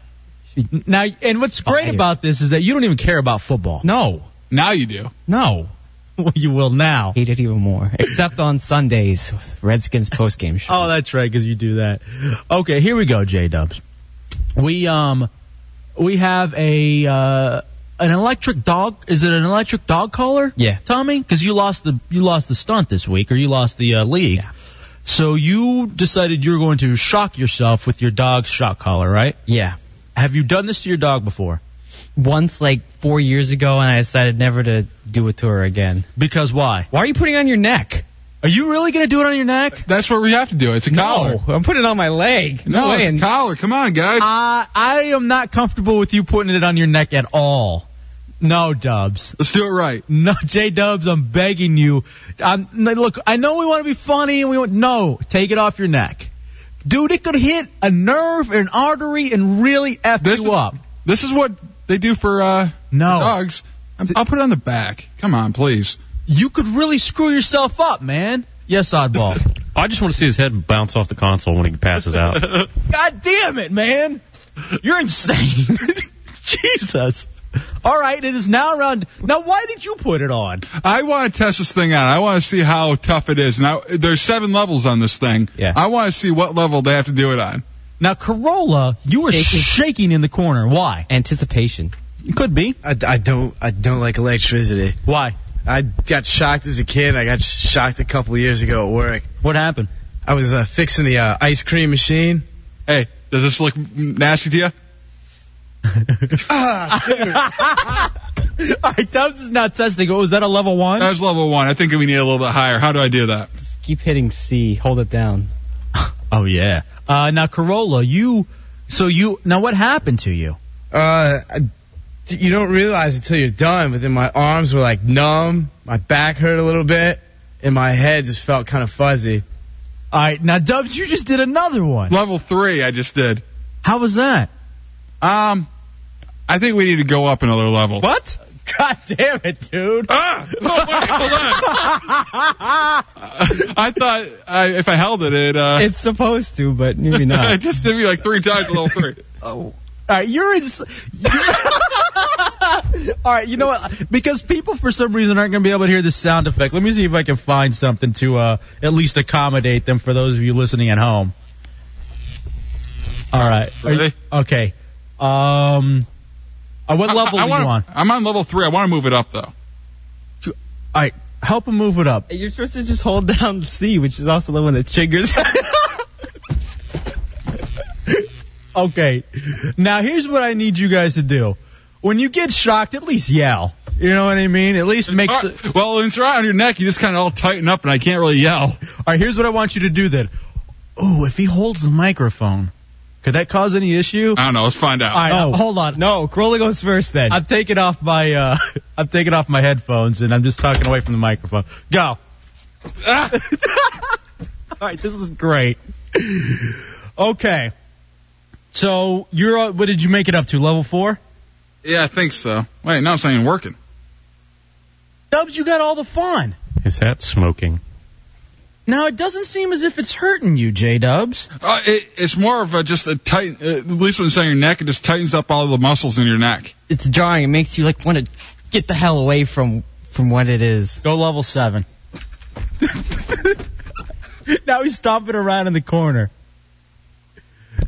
S7: Now, and what's great about this is that you don't even care about football.
S8: No.
S6: now you do.
S8: No.
S7: Well, you will now.
S8: Hate it even more. Except on Sundays with Redskins postgame show.
S7: Oh, that's right, because you do that. Okay, here we go, J Dubs. We um, we have a uh, an electric dog. Is it an electric dog collar?
S8: Yeah.
S7: Tommy, because you lost the you lost the stunt this week, or you lost the uh, league. So you decided you were going to shock yourself with your dog's shock collar, right?
S8: Yeah.
S7: Have you done this to your dog before?
S8: Once like four years ago and I decided never to do it to her again.
S7: Because why?
S8: Why are you putting it on your neck?
S7: Are you really gonna do it on your neck?
S6: That's what we have to do. It's a collar.
S8: No, I'm putting it on my leg.
S6: No,
S8: way.
S6: it's a collar. Come on, guys.
S7: Uh, I am not comfortable with you putting it on your neck at all. No, Dubs.
S6: Let's do it right.
S7: No, J Dubs, I'm begging you. I'm, no, look, I know we want to be funny and we want, no, take it off your neck. Dude, it could hit a nerve, an artery, and really F
S6: This
S7: you
S6: is-
S7: up.
S6: This is what they do for uh
S7: No.
S6: dogs. I'm, I'll put it on the back. Come on, please.
S7: You could really screw yourself up, man. Yes, Oddball.
S14: I just want to see his head bounce off the console when he passes out.
S7: God damn it, man. You're insane. Jesus. All right, it is now around. Now, why did you put it on?
S6: I want to test this thing out. I want to see how tough it is. Now there's seven levels on this thing.
S7: Yeah.
S6: I want to see what level they have to do it on.
S7: Now, Corolla, you were
S8: Shaking.
S7: shaking in the corner. Why?
S8: Anticipation.
S7: It could be.
S9: I, I don't I don't like electricity.
S7: Why?
S9: I got shocked as a kid. I got shocked a couple years ago at work.
S7: What happened?
S9: I was uh, fixing the uh, ice cream machine.
S6: Hey, does this look nasty to you?
S7: All right, Dubs is not testing. Was that a level one?
S6: That was level one. I think we need a little bit higher. How do I do that?
S8: Just keep hitting C. Hold it down.
S7: oh yeah. Uh, now Corolla, you. So you. Now what happened to you?
S9: Uh, I- you don't realize until you're done, but then my arms were like numb, my back hurt a little bit, and my head just felt kind of fuzzy.
S7: All right, now Dubs, you just did another one.
S6: Level three, I just did.
S7: How was that?
S6: Um, I think we need to go up another level.
S7: What? God damn it, dude.
S6: Ah! Oh, wait, hold on. I thought I, if I held it, it uh,
S8: It's supposed to, but maybe
S6: I
S8: not.
S6: just did me like three times level three.
S7: All right, you're in. All right, you know what? Because people, for some reason, aren't going to be able to hear the sound effect. Let me see if I can find something to uh, at least accommodate them for those of you listening at home. All right. Are you-
S6: Ready?
S7: okay. Um. uh, what level
S6: I, I
S7: are
S6: wanna,
S7: you on?
S6: I'm on level three. I want to move it up though.
S7: All right, help him move it up.
S8: You're supposed to just hold down C, which is also the one that triggers.
S7: Okay. Now here's what I need you guys to do. When you get shocked, at least yell. You know what I mean? At least make.
S6: Ah,
S7: s-
S6: well, when it's right on your neck, you just kind of all tighten up, and I can't really yell.
S7: All right, here's what I want you to do then. Oh, if he holds the microphone, could that cause any issue?
S6: I don't know. Let's find out.
S7: All right,
S8: Oh.
S7: hold on.
S8: no, Corolla goes first then.
S7: Uh, I'm taking off my uh, I'm taking off my headphones and I'm just talking away from the microphone. Go.
S6: Ah!
S7: All right, this is great. Okay. So you're uh, what did you make it up to? Level four?
S6: Yeah, I think so. Wait, now it's not even working.
S7: Dubs, you got all the fun.
S14: His hat's smoking.
S7: Now it doesn't seem as if it's hurting you, J Dubs.
S6: Uh, it, it's more of a, just a tight. Uh, at least when it's on your neck, it just tightens up all the muscles in your neck.
S8: It's jarring. It makes you like want to get the hell away from from what it is.
S7: Go level seven. now he's stomping around in the corner.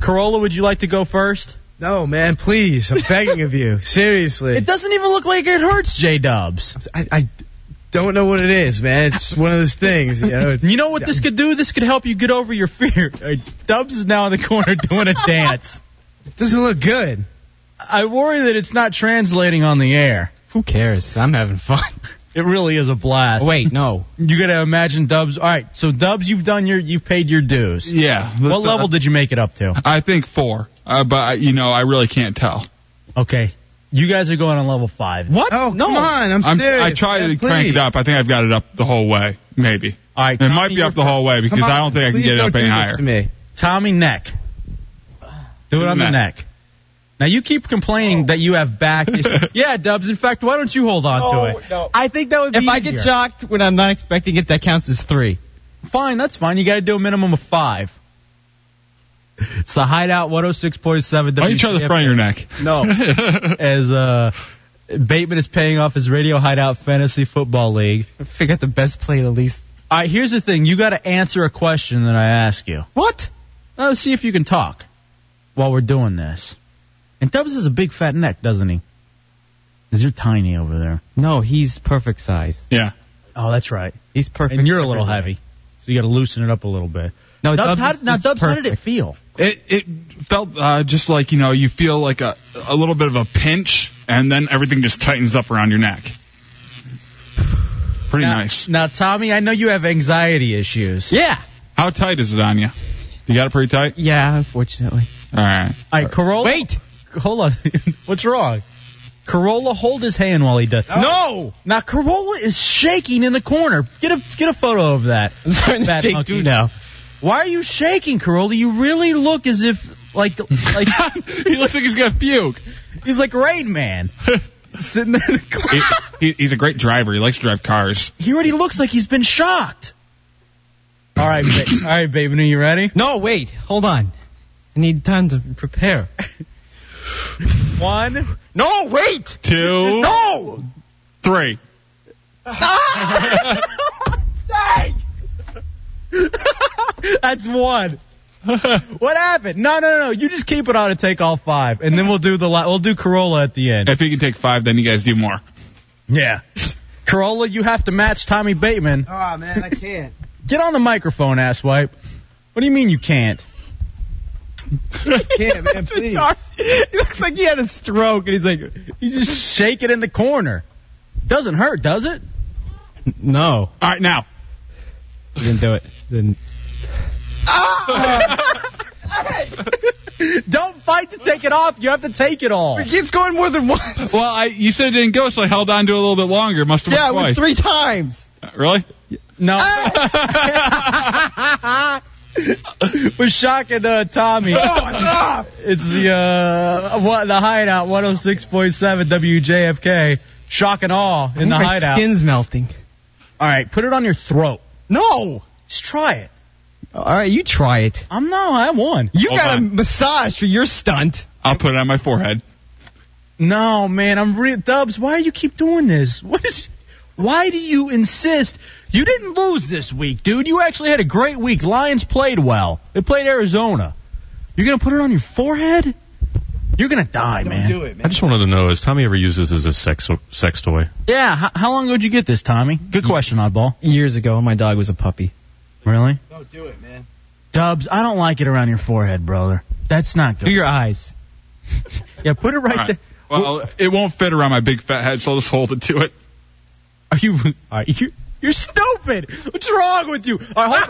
S7: Corolla, would you like to go first?
S9: No, man, please. I'm begging of you. Seriously.
S7: It doesn't even look like it hurts, J Dubs.
S9: I, I don't know what it is, man. It's one of those things. You know, it's-
S7: You know what this could do? This could help you get over your fear. Uh, Dubs is now in the corner doing a dance.
S9: It doesn't look good.
S7: I worry that it's not translating on the air.
S8: Who cares? I'm having fun.
S7: It really is a blast.
S8: Wait, no.
S7: You gotta imagine Dubs. All right, so Dubs, you've done your, you've paid your dues.
S6: Yeah.
S7: What level did you make it up to?
S6: uh, I think four, uh, but I, you know, I really can't tell.
S7: Okay, you guys are going on level five. What?
S9: Oh,
S7: no.
S9: come on. I'm
S6: I'm-
S9: serious.
S6: I tried
S9: man,
S6: to crank
S9: please.
S6: it up. I think I've got it up the whole way, maybe.
S7: All right,
S6: It
S7: Tommy,
S6: might be
S7: you're
S6: up the whole way because
S9: Come
S6: I don't
S9: on,
S6: think I can
S9: please
S6: get it
S9: don't
S6: up
S9: do
S6: any
S9: this
S6: higher.
S9: To me.
S7: Tommy neck. Do it on the
S6: Neck.
S7: neck. Now you keep complaining that you have back issues. yeah, Dubs. In fact, why don't you hold on to it? I think that would be
S8: If I get
S7: easier.
S8: shocked when I'm not expecting it, that counts as three.
S7: Fine, that's fine. You got to do a minimum of five. It's the Hideout 106.7.
S6: Why don't you try the front of your neck?
S7: No. As uh, Bateman is paying off his Radio Hideout Fantasy Football League.
S8: Figure out the best play at least.
S7: All right, here's the thing. You got to answer a question that I ask you.
S8: What?
S7: Let's see if you can talk while we're doing this. And Dubs has a big fat neck, doesn't he? Because you're tiny over there.
S8: No, he's perfect size.
S6: Yeah.
S7: Oh, that's right.
S8: He's perfect.
S7: And you're a little heavy, so you got to loosen it up a little bit.
S8: No,
S7: Now,
S8: Dubs
S7: how,
S8: is-
S7: now,
S8: is
S7: Dubs, how did it
S8: perfect.
S7: feel?
S6: It it felt uh, just like you know you feel like a a little bit of a pinch and then everything just tightens up around your neck. Pretty
S7: Now-
S6: nice.
S7: Now, Tommy, I know you have anxiety issues.
S8: Yeah.
S6: How tight is it on you? You got it pretty tight.
S8: Yeah, unfortunately.
S6: All right.
S7: All right, Corolla. Uh, Wait. Hold on. What's wrong? Corolla, hold his hand while he does. No. Now Corolla is shaking in the corner. Get a get a photo of that.
S8: I'm starting to
S7: Bad
S8: shake
S7: monkey.
S8: too now.
S7: Why are you shaking, Corolla? You really look as if like like
S6: he looks like he's gonna puke.
S7: he's like Rain Man sitting there in the corner.
S6: He, he, he's a great driver. He likes to drive cars.
S7: He already looks like he's been shocked. All right, ba- all right, baby, are you ready?
S8: No, wait. Hold on. I need time to prepare.
S7: One.
S8: No, wait.
S6: Two,
S8: No.
S6: three.
S7: That's one. what happened? No, no, no. You just keep it on and take all five, and then we'll do the la- we'll do Corolla at the end.
S6: If he can take five, then you guys do more.
S7: Yeah. Corolla, you have to match Tommy Bateman.
S9: Oh, man, I can't.
S7: Get on the microphone, asswipe. What do you mean you can't?
S9: can't, man, please.
S7: He looks like he had a stroke, and he's like, he's just shaking in the corner. Doesn't hurt, does it?
S8: No.
S6: All right, now.
S8: Didn't do it. Didn't. Ah!
S7: Don't fight to take it off. You have to take it all.
S8: It keeps going more than once.
S6: Well, I you said it didn't go, so I held on to it a little bit longer. Must have
S8: Yeah, it
S6: went
S8: went
S6: twice.
S8: three times. Ah!
S6: Really?
S7: No. We're shocking uh,
S8: Oh,
S7: Tommy. It's the uh, what the hideout 106.7 WJFK. Shock and awe in the
S8: My
S7: hideout.
S8: skin's melting.
S7: All right, put it on your throat.
S8: No.
S7: Just try it.
S8: All right, you try it.
S7: I'm no, I won.
S8: You
S6: Hold
S8: got
S6: on.
S8: a massage for your stunt.
S6: I'll put it on my forehead.
S7: No, man, I'm real. Dubs, why do you keep doing this? What is? Why do you insist? You didn't lose this week, dude. You actually had a great week. Lions played well. They played Arizona. You're gonna put it on your forehead? You're gonna die, man.
S9: do it,
S14: I
S9: man.
S14: just wanted to know: Has Tommy ever used this as a sex sex toy?
S7: Yeah. H- how long ago did you get this, Tommy? Good question, oddball.
S8: Years ago, my dog was a puppy.
S7: Really?
S9: Don't do it, man.
S7: Dubs, I don't like it around your forehead, brother. That's not
S8: Do
S7: good.
S8: your eyes.
S7: Yeah, put it right,
S6: All right.
S7: there.
S6: Well, it won't fit around my big fat head, so I'll just hold it to it.
S7: Are you? All right, you you're stupid. What's wrong with you? All right,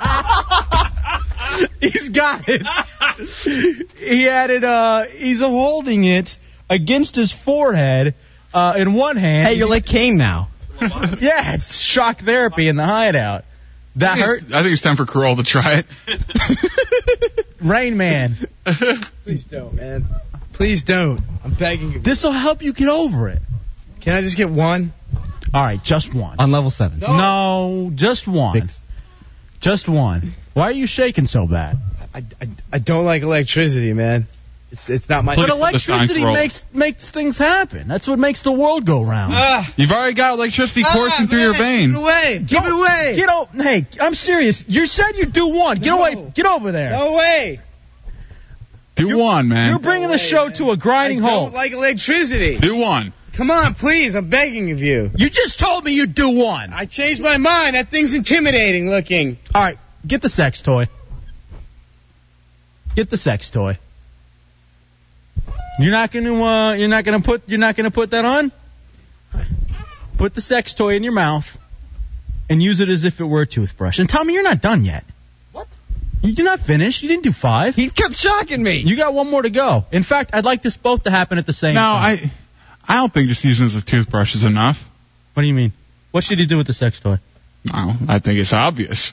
S7: hold- he's got it. He had it. Uh, he's holding it against his forehead uh, in one hand.
S8: Hey, you're like Kane now.
S7: yeah, it's shock therapy in the hideout. That hurt,
S6: I think it's time for Carol to try it.
S7: Rain Man.
S9: Please don't, man. Please don't. I'm begging you.
S7: This will help you get over it.
S9: Can I just get one?
S7: All right, just one.
S8: On level seven.
S7: No, just one. Just one. Why are you shaking so bad?
S9: I don't like electricity, man. It's it's not my.
S7: but electricity makes makes things happen. That's what makes the world go round.
S9: Ah,
S6: You've already got electricity coursing through your vein.
S7: away. Get away. Get o- Hey, I'm serious. You said you do one. Get away. Get over there.
S9: No way.
S6: Do one, man.
S7: You're bringing the show to a grinding
S9: I
S7: halt.
S9: don't like electricity.
S6: Do one.
S9: Come on, please. I'm begging of you.
S7: You just told me you'd do one.
S9: I changed my mind. That thing's intimidating looking.
S7: All right, get the sex toy. Get the sex toy. You're not gonna uh, you're not gonna put you're not gonna put that on. Put the sex toy in your mouth and use it as if it were a toothbrush. And Tommy, you're not done yet. What? You're not finished. You didn't do five. He
S8: kept shocking me.
S7: You got one more to go. In fact, I'd like this both to happen at the same
S6: Now,
S7: time.
S6: I, I don't think just using it as a toothbrush is enough.
S7: What do you mean? What should he do with the sex toy?
S6: No, I think it's obvious.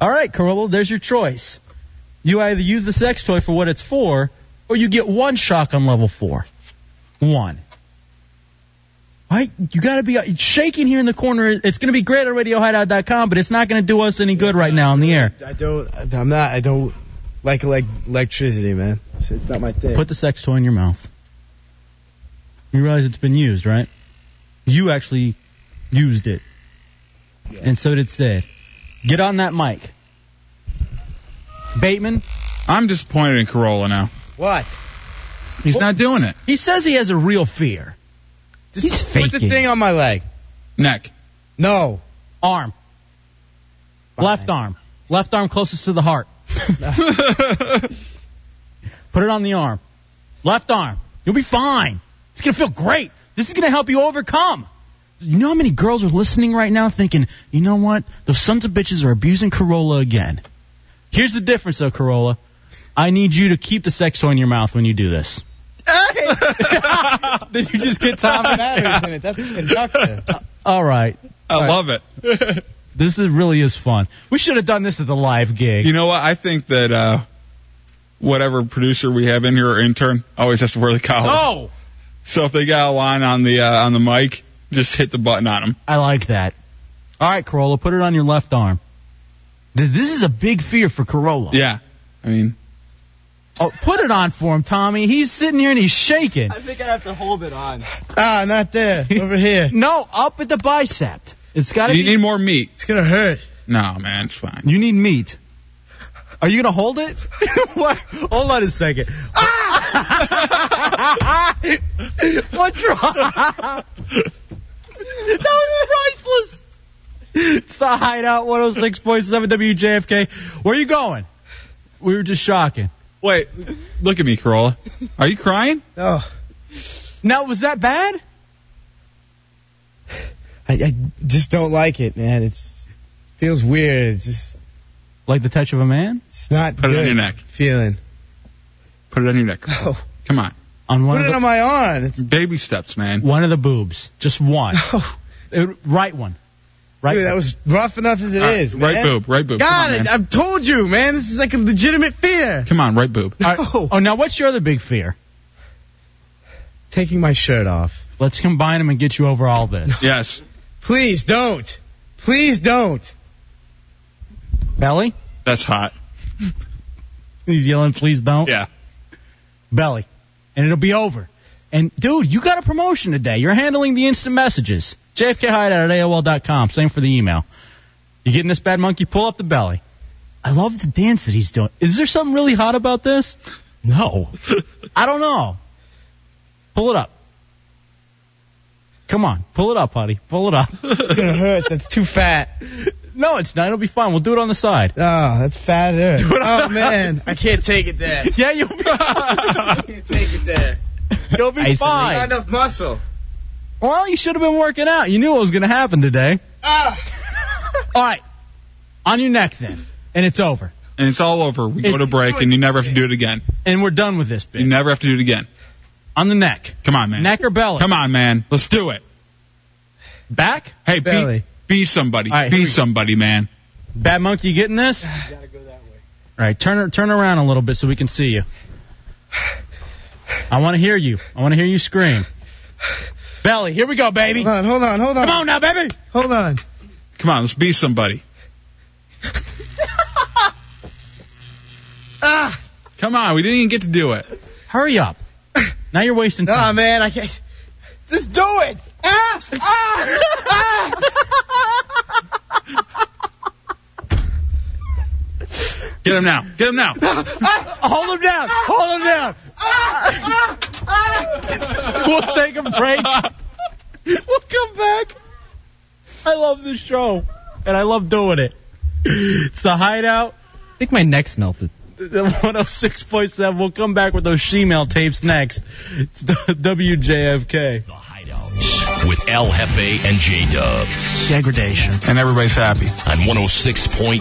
S7: All right, Corolla, there's your choice. You either use the sex toy for what it's for, or you get one shock on level four. One. Right? You gotta be it's shaking here in the corner. It's gonna be great at RadioHideout.com, but it's not gonna do us any good right now on the air.
S9: I don't. I'm not. I don't like elec electricity, man. It's, it's not my thing.
S7: Put the sex toy in your mouth. You realize it's been used, right? You actually used it. And so did Sid. Get on that mic. Bateman?
S6: I'm disappointed in Corolla now.
S9: What?
S6: He's not doing it.
S7: He says he has a real fear.
S9: He's
S7: faking.
S9: Put the thing on my leg.
S6: Neck.
S9: No.
S7: Arm. Left arm. Left arm closest to the heart. Put it on the arm. Left arm. You'll be fine. It's gonna feel great. This is gonna help you overcome. You know how many girls are listening right now thinking, you know what? Those sons of bitches are abusing Corolla again. Here's the difference though, Corolla. I need you to keep the sex toy in your mouth when you do this. Did you just get Tom and
S9: Batteries in it. That's conductive.
S7: All right.
S6: I love it.
S7: This is, really is fun. We should have done this at the live gig.
S6: You know what? I think that uh, whatever producer we have in here or intern always has to wear the collar.
S7: Oh,
S6: So if they got a line on the uh, on the mic, just hit the button on them.
S7: I like that. All right, Corolla, put it on your left arm. Th- This is a big fear for Corolla.
S6: Yeah. I mean,
S7: Oh, put it on for him, Tommy. He's sitting here and he's shaking.
S9: think I have to hold it on. Ah, not there. Over here.
S7: No, up at the bicep. It's got to
S6: you
S7: be.
S6: need more meat.
S9: It's gonna hurt.
S6: No, man, it's fine.
S7: You need meat. Are you gonna hold it? what? Hold on a second. Ah! What's wrong? that was priceless. It's the Hideout 106.7 WJFK. Where are you going? We were just shocking.
S6: Wait, look at me, Corolla. Are you crying?
S9: No.
S7: Now, was that bad?
S9: I, I just don't like it, man. It's feels weird. It's just
S7: Like the touch of a man?
S9: it's not
S6: Put it on
S9: good
S6: your neck.
S9: feeling.
S6: Put it on your neck. Corolla.
S9: Oh.
S6: Come on.
S7: On one
S9: Put
S7: of
S9: it
S7: the,
S9: on my arm. It's,
S6: Baby steps, man.
S7: one of the boobs. Just one.
S9: oh,
S7: Uh, right one. Right.
S9: dude, that was rough enough as it is.
S6: All right, right
S9: man.
S6: boob, right boob.
S9: God,
S6: Come on,
S9: I,
S6: man.
S9: I've told you, man. This is like a legitimate fear.
S6: Come on, right boob.
S7: All right.
S9: No.
S7: Oh, now what's your other big fear?
S9: Taking my shirt off.
S7: Let's combine them and get you over all this.
S6: Yes.
S9: Please don't. Please don't.
S7: Belly?
S6: That's hot.
S7: He's yelling, please don't.
S6: Yeah.
S7: Belly. And it'll be over. And dude, you got a promotion today. You're handling the instant messages. JFK Hideout at AOL.com. Same for the email. You getting this bad monkey? Pull up the belly. I love the dance that he's doing. Is there something really hot about this? No. I don't know. Pull it up. Come on. Pull it up, honey. Pull it up.
S9: It's gonna hurt. That's too fat.
S7: no, it's not. It'll be fine. We'll do it on the side.
S9: Oh, that's fatter. Oh man, I can't take it there.
S7: Yeah, you'll be,
S9: I can't take it there.
S7: you'll be
S9: Not
S7: fine.
S9: enough muscle.
S7: Well, you should have been working out. You knew what was going to happen today.
S9: Ah.
S7: All right. On your neck then. And it's over.
S6: And it's all over. We go
S7: It-
S6: to break, and you never have to do it again.
S7: And we're done with this
S6: You
S7: bit.
S6: never have to do it again.
S7: On the neck.
S6: Come on, man.
S7: Neck or belly?
S6: Come on, man. Let's do it.
S7: Back?
S6: Hey, be,
S9: Belly.
S6: be somebody.
S7: All right, here
S6: be
S7: we go.
S6: somebody, man.
S7: Bad monkey, you getting this? All right, turn turn around a little bit so we can see you. I want to hear you. I want to hear you scream. Belly, here we go, baby.
S9: Hold on, hold on, hold on.
S7: Come on now, baby.
S9: Hold on.
S6: Come on, let's be somebody.
S9: Ah,
S6: Come on, we didn't even get to do it.
S7: Hurry up. Now you're wasting time.
S9: Nah, Ah, man, I can't. Just do it. Ah, ah,
S6: Get him now. Get him now.
S9: ah. Hold him down. Hold him down.
S7: we'll take a break. we'll come back. I love this show, and I love doing it. It's the Hideout. I
S8: think my neck's melted.
S7: 106.7. We'll come back with those she-mail tapes next. It's the WJFK.
S15: with L Hefe and J Dub.
S6: Degradation. And everybody's happy.
S15: On 106.7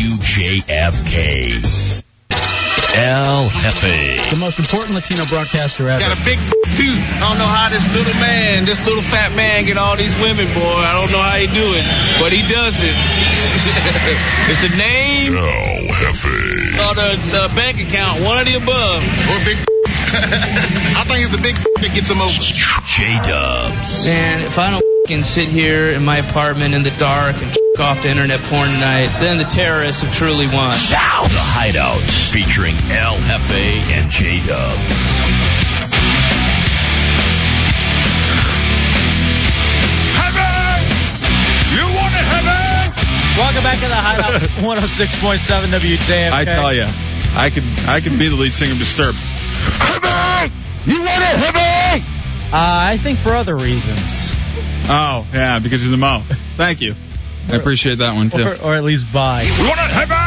S15: WJFK. L Hefe.
S7: The most important Latino broadcaster ever.
S13: Got a big too. I don't know how this little man, this little fat man, get all these women, boy. I don't know how he do it, but he does it. it's a name. Or the, the bank account, one of the above. Or big. I think it's the big that gets him over.
S15: J Dub.
S16: Man, if I don't can sit here in my apartment in the dark and off to internet porn night, then the terrorists have truly won.
S15: The Hideout. Featuring L Hefe and J Dub.
S2: You want it, heavy?
S7: Welcome back to the Hideout. 106.7 WJFK.
S6: I tell ya, I could I could be the lead singer of Disturbed.
S7: You want it, heavy? Uh, I think for other reasons.
S6: Oh yeah, because he's a mo. Thank you. I appreciate that one too.
S7: Or, or at least buy.
S2: You want it, heavy?
S9: uh,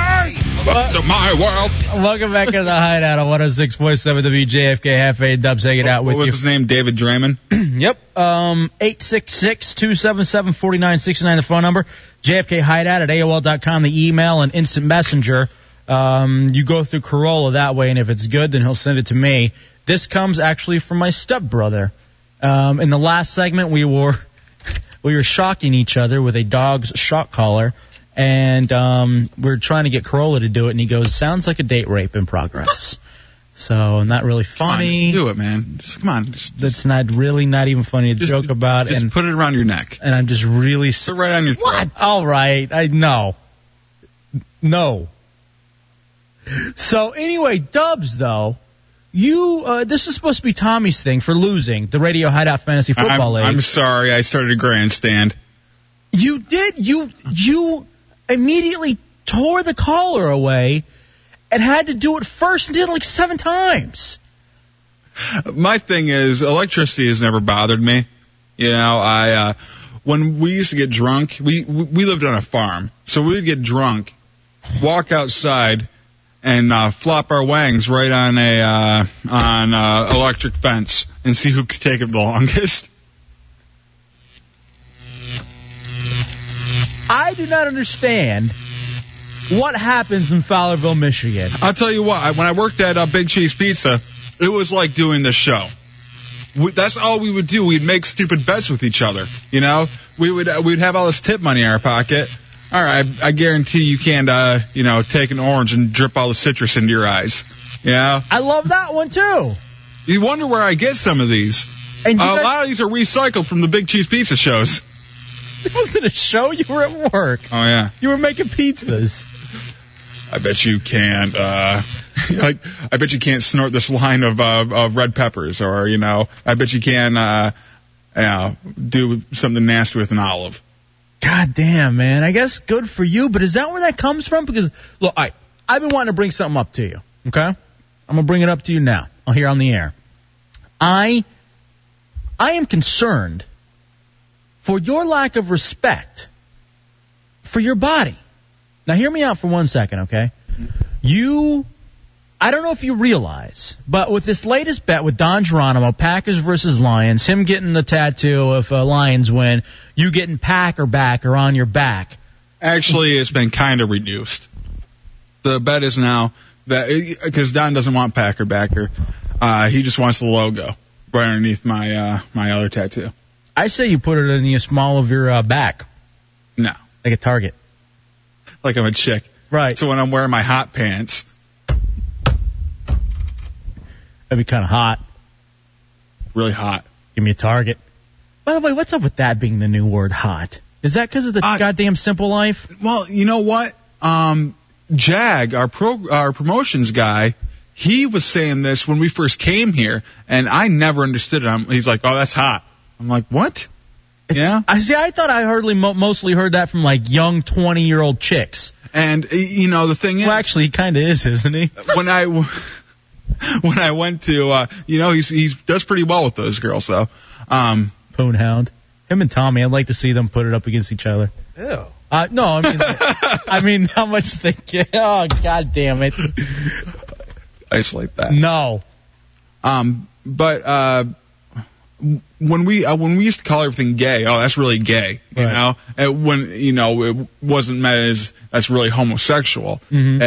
S2: Welcome to my world.
S7: Welcome back to the Hideout on 106.7 WJFK. Half A Dubs hanging out with
S6: What was
S7: you.
S6: his name? David Draymond.
S7: Yep. Um, 866-277-4969, the phone number. JFK Hideout at AOL.com, the email, and instant messenger. Um, you go through Corolla that way, and if it's good, then he'll send it to me. This comes actually from my stepbrother. Um, in the last segment, we were we were shocking each other with a dog's shock collar, and um, we are trying to get Corolla to do it, and he goes, "Sounds like a date rape in progress." so not really
S6: Come on,
S7: funny.
S6: just do it, man. Just come on. Just,
S7: that's not really not even funny to joke about
S6: just
S7: and
S6: put it around your neck.
S7: and I'm just really s-
S6: Put it right on your throat.
S7: what all right I no no so anyway Dubs though you uh, this is supposed to be Tommy's thing for losing the Radio Hideout Fantasy
S6: I-
S7: Football
S6: I'm,
S7: League
S6: Uh-huh. I'm sorry. I started a grandstand.
S7: you did you you immediately tore the collar away and had to do it first and did it like seven times
S6: My thing is electricity has never bothered me. You know, I uh, when we used to get drunk, we we- we lived on a farm, so we'd get drunk, walk outside, and uh, flop our wangs right on a uh, on uh, electric fence and see who could take it the longest.
S7: I do not understand what happens in Fowlerville Michigan
S6: I'll tell you what. I, when I worked at uh, Big Cheese Pizza, it was like doing this show. We, that's all we would do. We'd make stupid bets with each other. You know, we would uh, we'd have all this tip money in our pocket. All right, I, I guarantee you can't, uh, you know, take an orange and drip all the citrus into your eyes. Yeah,
S7: I love that one too.
S6: you wonder where I get some of these.
S7: And you
S6: Uh, a
S7: guys,
S6: lot of these are recycled from the Big Cheese Pizza shows.
S7: it wasn't a show. You were at work.
S6: Oh yeah,
S7: You were making pizzas.
S6: I bet you can't. Uh, like, I bet you can't snort this line of uh, of red peppers, or you know, I bet you can, uh, you know, do something nasty with an olive.
S7: God damn, man. I guess good for you, but is that where that comes from? Because look, I I've been wanting to bring something up to you. Okay, I'm gonna bring it up to you now. I'll hear on the air. I I am concerned for your lack of respect for your body. Now hear me out for one second, okay? You I don't know if you realize, but with this latest bet with Don Geronimo, Packers versus Lions, him getting the tattoo if uh, Lions win, you getting Packer back or on your back.
S6: Actually, it's been kind of reduced. The bet is now that because Don doesn't want Packer backer, uh, he just wants the logo right underneath my uh, my other tattoo.
S7: I say you put it in the small of your uh, back,
S6: No,
S7: like a target.
S6: like I'm a chick.
S7: Right.
S6: So when I'm wearing my hot pants,
S7: That'd be kind of hot.
S6: really hot.
S7: Give me a target. By the way, what's up with that being the new word hot? Is that because of the goddamn simple life?
S6: Well, you know what? Um, Jag, our pro, uh, our promotions guy, he was saying this when we first came here, and I never understood it. I'm, he's like, "Oh, that's hot." I'm like, "What?" yeah.
S7: I see. I thought I hardly mo- mostly heard that from like young twenty year old chicks.
S6: And y- you know the thing is,
S7: well, actually, he kind of is, isn't he?
S6: when I w- when I went to, uh, you know, he's he's does pretty well with those girls though. Um,
S7: Poonhound, him and Tommy. I'd like to see them put it up against each other.
S9: Ew.
S7: Uh, no, I mean, I mean, how much they get? Oh, god damn it!
S6: isolate that.
S7: No.
S6: Um, but uh, w- when we uh, when we used to call everything gay, oh, that's really gay, you know. And when you know it wasn't meant as that's really homosexual.
S7: Mm-hmm.
S6: Uh,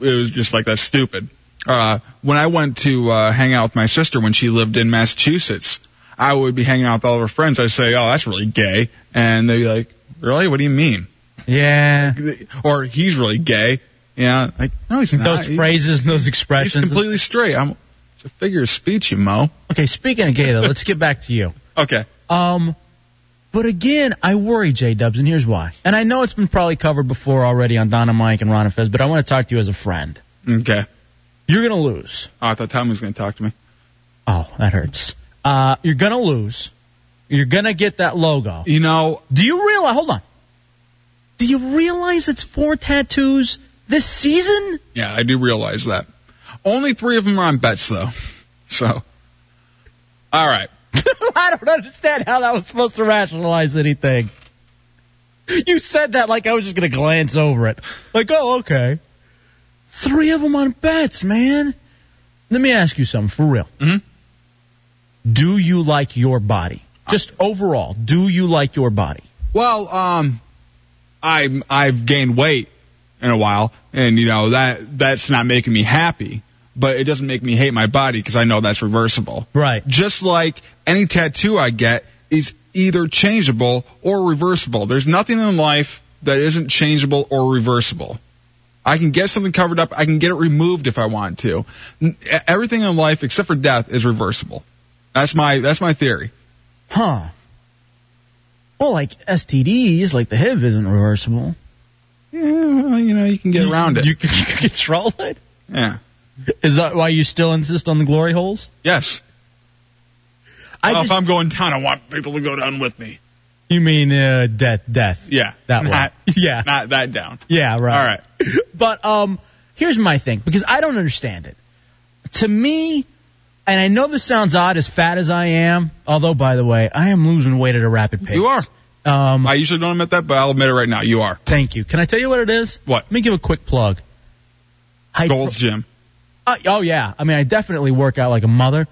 S6: it, it was just like that's stupid. Uh, when I went to uh, hang out with my sister when she lived in Massachusetts, I would be hanging out with all of her friends. I'd say, oh, that's really gay, and they'd be like, really? What do you mean?
S7: Yeah.
S6: Or he's really gay. Yeah, like no, he's not.
S7: Those
S6: He-
S7: phrases and those expressions.
S6: He's completely straight. I'm, it's a figure of speech, you mo.
S7: Okay, speaking of gay though, let's get back to you.
S6: Okay.
S7: Um, but again, I worry, J Dubs, and here's why. And I know it's been probably covered before already on Donna Mike and Ron and Fez, but I want to talk to you as a friend.
S6: Okay.
S7: You're gonna lose.
S6: Oh, I thought Tommy was going to talk to me.
S7: Oh, that hurts. Uh, you're gonna lose. You're gonna get that logo.
S6: You know.
S7: Do you realize? Hold on. Do you realize it's four tattoos this season?
S6: Yeah, I do realize that. Only three of them are on bets, though. So, all right.
S7: I don't understand how that was supposed to rationalize anything. You said that like I was just gonna glance over it. Like, oh, okay. Three of them on bets, man. Let me ask you something for real. Mm-hmm. Do you like your body? Just overall, do you like your body?
S6: Well, um, I I've gained weight in a while, and you know that that's not making me happy, but it doesn't make me hate my body because I know that's reversible.
S7: Right.
S6: Just like any tattoo I get is either changeable or reversible. There's nothing in life that isn't changeable or reversible. I can get something covered up. I can get it removed if I want to. N- e- Everything in life except for death is reversible. That's my that's my theory.
S7: Huh. Well, like STDs, like the HIV isn't reversible.
S6: well, you know, you can get around it.
S7: You can, you can control it?
S6: Yeah.
S7: Is that why you still insist on the glory holes?
S6: Yes.
S7: I
S6: well,
S7: just-
S6: if I'm going down, I want people to go down with me.
S7: You mean uh, death, death.
S6: Yeah.
S7: That
S6: not,
S7: one. Yeah.
S6: Not that down.
S7: Yeah, right.
S6: All right.
S7: But um, here's my thing because I don't understand it. To me, and I know this sounds odd, as fat as I am. Although, by the way, I am losing weight at a rapid pace.
S6: You are.
S7: Um,
S6: I usually don't admit that, but I'll admit it right now. You are.
S7: Thank you. Can I tell you what it is?
S6: What?
S7: Let me give a quick plug. Hy-
S6: Gold's Gym.
S7: Uh, oh yeah. I mean, I definitely work out like a mother,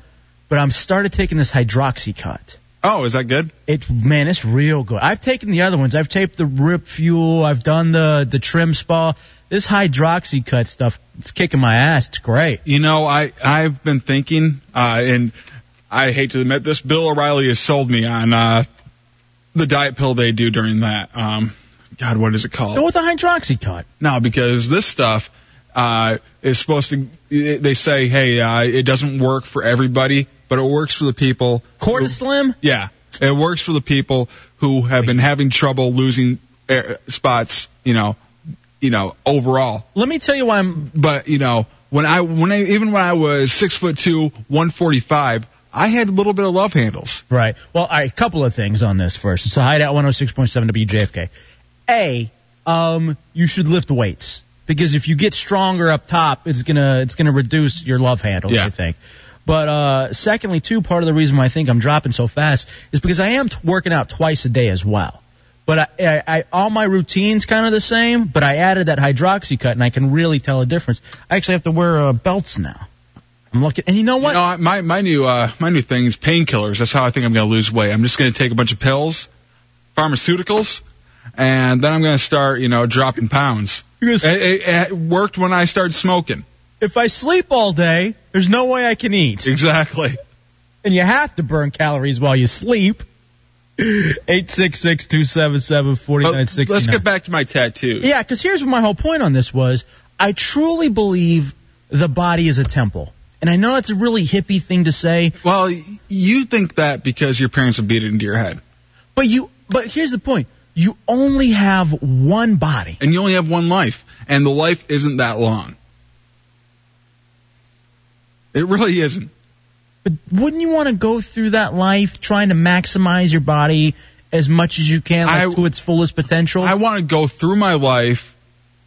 S7: but I'm started taking this hydroxy cut.
S6: Oh, is that good?
S7: It's man, it's real good. I've taken the other ones. I've taped the Rip Fuel. I've done the the Trim Spa. This hydroxy cut stuff, it's kicking my ass. It's great.
S6: You know, I I've been thinking, uh, and I hate to admit this, Bill O'Reilly has sold me on uh, the diet pill they do during that. Um, God, what is it called?
S7: Go with the hydroxy cut.
S6: No, because this stuff uh, is supposed to. They say, hey, uh, it doesn't work for everybody, but it works for the people.
S7: Cortisol. Slim.
S6: Yeah, it works for the people who have been having trouble losing air spots. You know, you know, overall.
S7: Let me tell you why I'm.
S6: But you know, when I when I even when I was six foot two, one forty five, I had a little bit of love handles.
S7: Right. Well, all right, a couple of things on this first. It's a hideout 106.7 WJFK. A, um, you should lift weights because if you get stronger up top, it's gonna it's gonna reduce your love handles. I think. But uh, secondly, too, part of the reason why I think I'm dropping so fast is because I am t- working out twice a day as well. But I, I, I all my routines kind of the same, but I added that hydroxy cut and I can really tell a difference. I actually have to wear uh, belts now. I'm looking, and you know what?
S6: You know, I- my my new uh, my new thing is painkillers. That's how I think I'm going to lose weight. I'm just going to take a bunch of pills, pharmaceuticals, and then I'm going to start you know dropping pounds. It, it, it worked when I started smoking.
S7: If I sleep all day, there's no way I can eat.
S6: Exactly.
S7: And you have to burn calories while you sleep. Eight six six two seven seven forty nine sixty nine.
S6: Let's get back to my tattoos.
S7: Yeah, because here's what my whole point on this was. I truly believe the body is a temple. And I know it's a really hippie thing to say.
S6: Well, you think that because your parents have beat it into your head.
S7: But you, but here's the point. You only have one body.
S6: And you only have one life. And the life isn't that long. It really isn't.
S7: But wouldn't you want to go through that life trying to maximize your body as much as you can like, to its fullest potential?
S6: I want to go through my life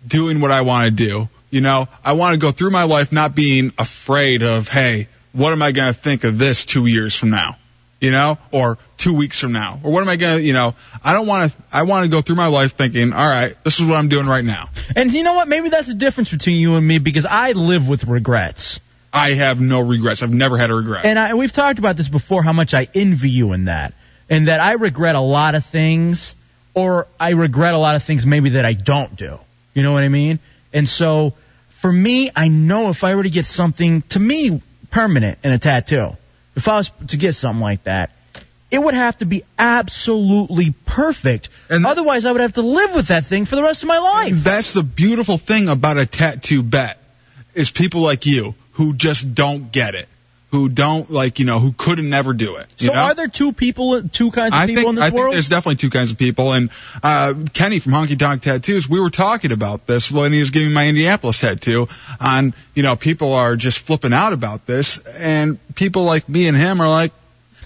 S6: doing what I want to do. You know, I want to go through my life not being afraid of, hey, what am I going to think of this two years from now? You know, or two weeks from now, or what am I going to, you know, I don't want to, I want to go through my life thinking, all right, this is what I'm doing right now.
S7: And you know what? Maybe that's the difference between you and me because I live with regrets.
S6: I have no regrets. I've never had a regret.
S7: And I, we've talked about this before how much I envy you in that. And that I regret a lot of things, or I regret a lot of things maybe that I don't do. You know what I mean? And so for me, I know if I were to get something, to me, permanent in a tattoo, if I was to get something like that, it would have to be absolutely perfect. And otherwise, I would have to live with that thing for the rest of my life.
S6: That's the beautiful thing about a tattoo bet is people like you who just don't get it, who don't like, you know, who could not never do it. you
S7: So
S6: know?
S7: are there two people, two kinds of
S6: I
S7: people
S6: think,
S7: in this
S6: I think
S7: world?
S6: there's definitely two kinds of people. And uh, Kenny from Honky Tonk Tattoos, we were talking about this when he was giving my Indianapolis tattoo. On you know, people are just flipping out about this, and people like me and him are like,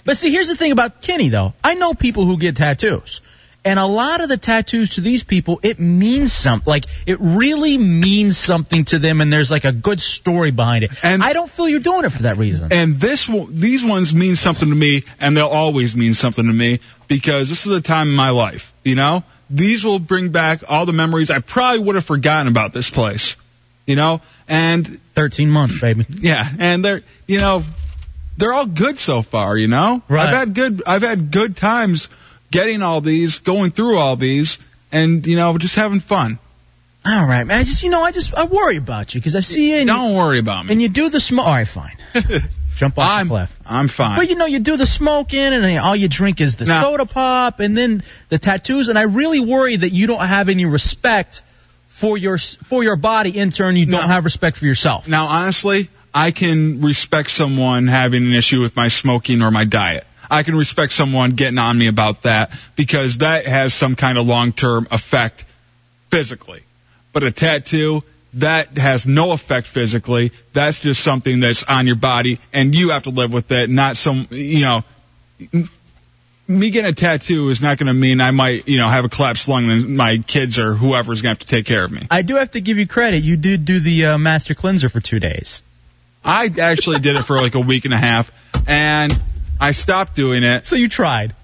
S7: But see, here's the thing about Kenny, though. I know people who get tattoos. And a lot of the tattoos to these people, it means something. Like, it really means something to them, and there's like a good story behind it. And I don't feel you're doing it for that reason.
S6: and this one, these ones mean something to me, and they'll always mean something to me because this is a time in my life. You know, these will bring back all the memories I probably would have forgotten about this place. You know, and
S7: 13 months, baby.
S6: Yeah, and they're you know they're all good so far. You know,
S7: Right.
S6: I've had good I've had good times getting all these, going through all these, and you know just having fun.
S7: All right, man. I just, you know, I just, I worry about you because I see you. And
S6: Don't worry about me.
S7: And you do the smoke. All right, fine. Jump off
S6: I'm,
S7: the cliff.
S6: I'm fine.
S7: But you know, you do the smoking, and then all you drink is the soda pop, and then the tattoos. And I really worry that you don't have any respect for your for your body. In turn, you don't have respect for yourself.
S6: Now, honestly, I can respect someone having an issue with my smoking or my diet. I can respect someone getting on me about that because that has some kind of long-term effect physically. But a tattoo, that has no effect physically. That's just something that's on your body and you have to live with it, not some, you know, me getting a tattoo is not going to mean I might, you know, have a collapsed lung and my kids or whoever's going to have to take care of me.
S7: I do have to give you credit. You did do the uh, master cleanser for two days.
S6: I actually did it for like a week and a half, and I stopped doing it.
S7: So you tried.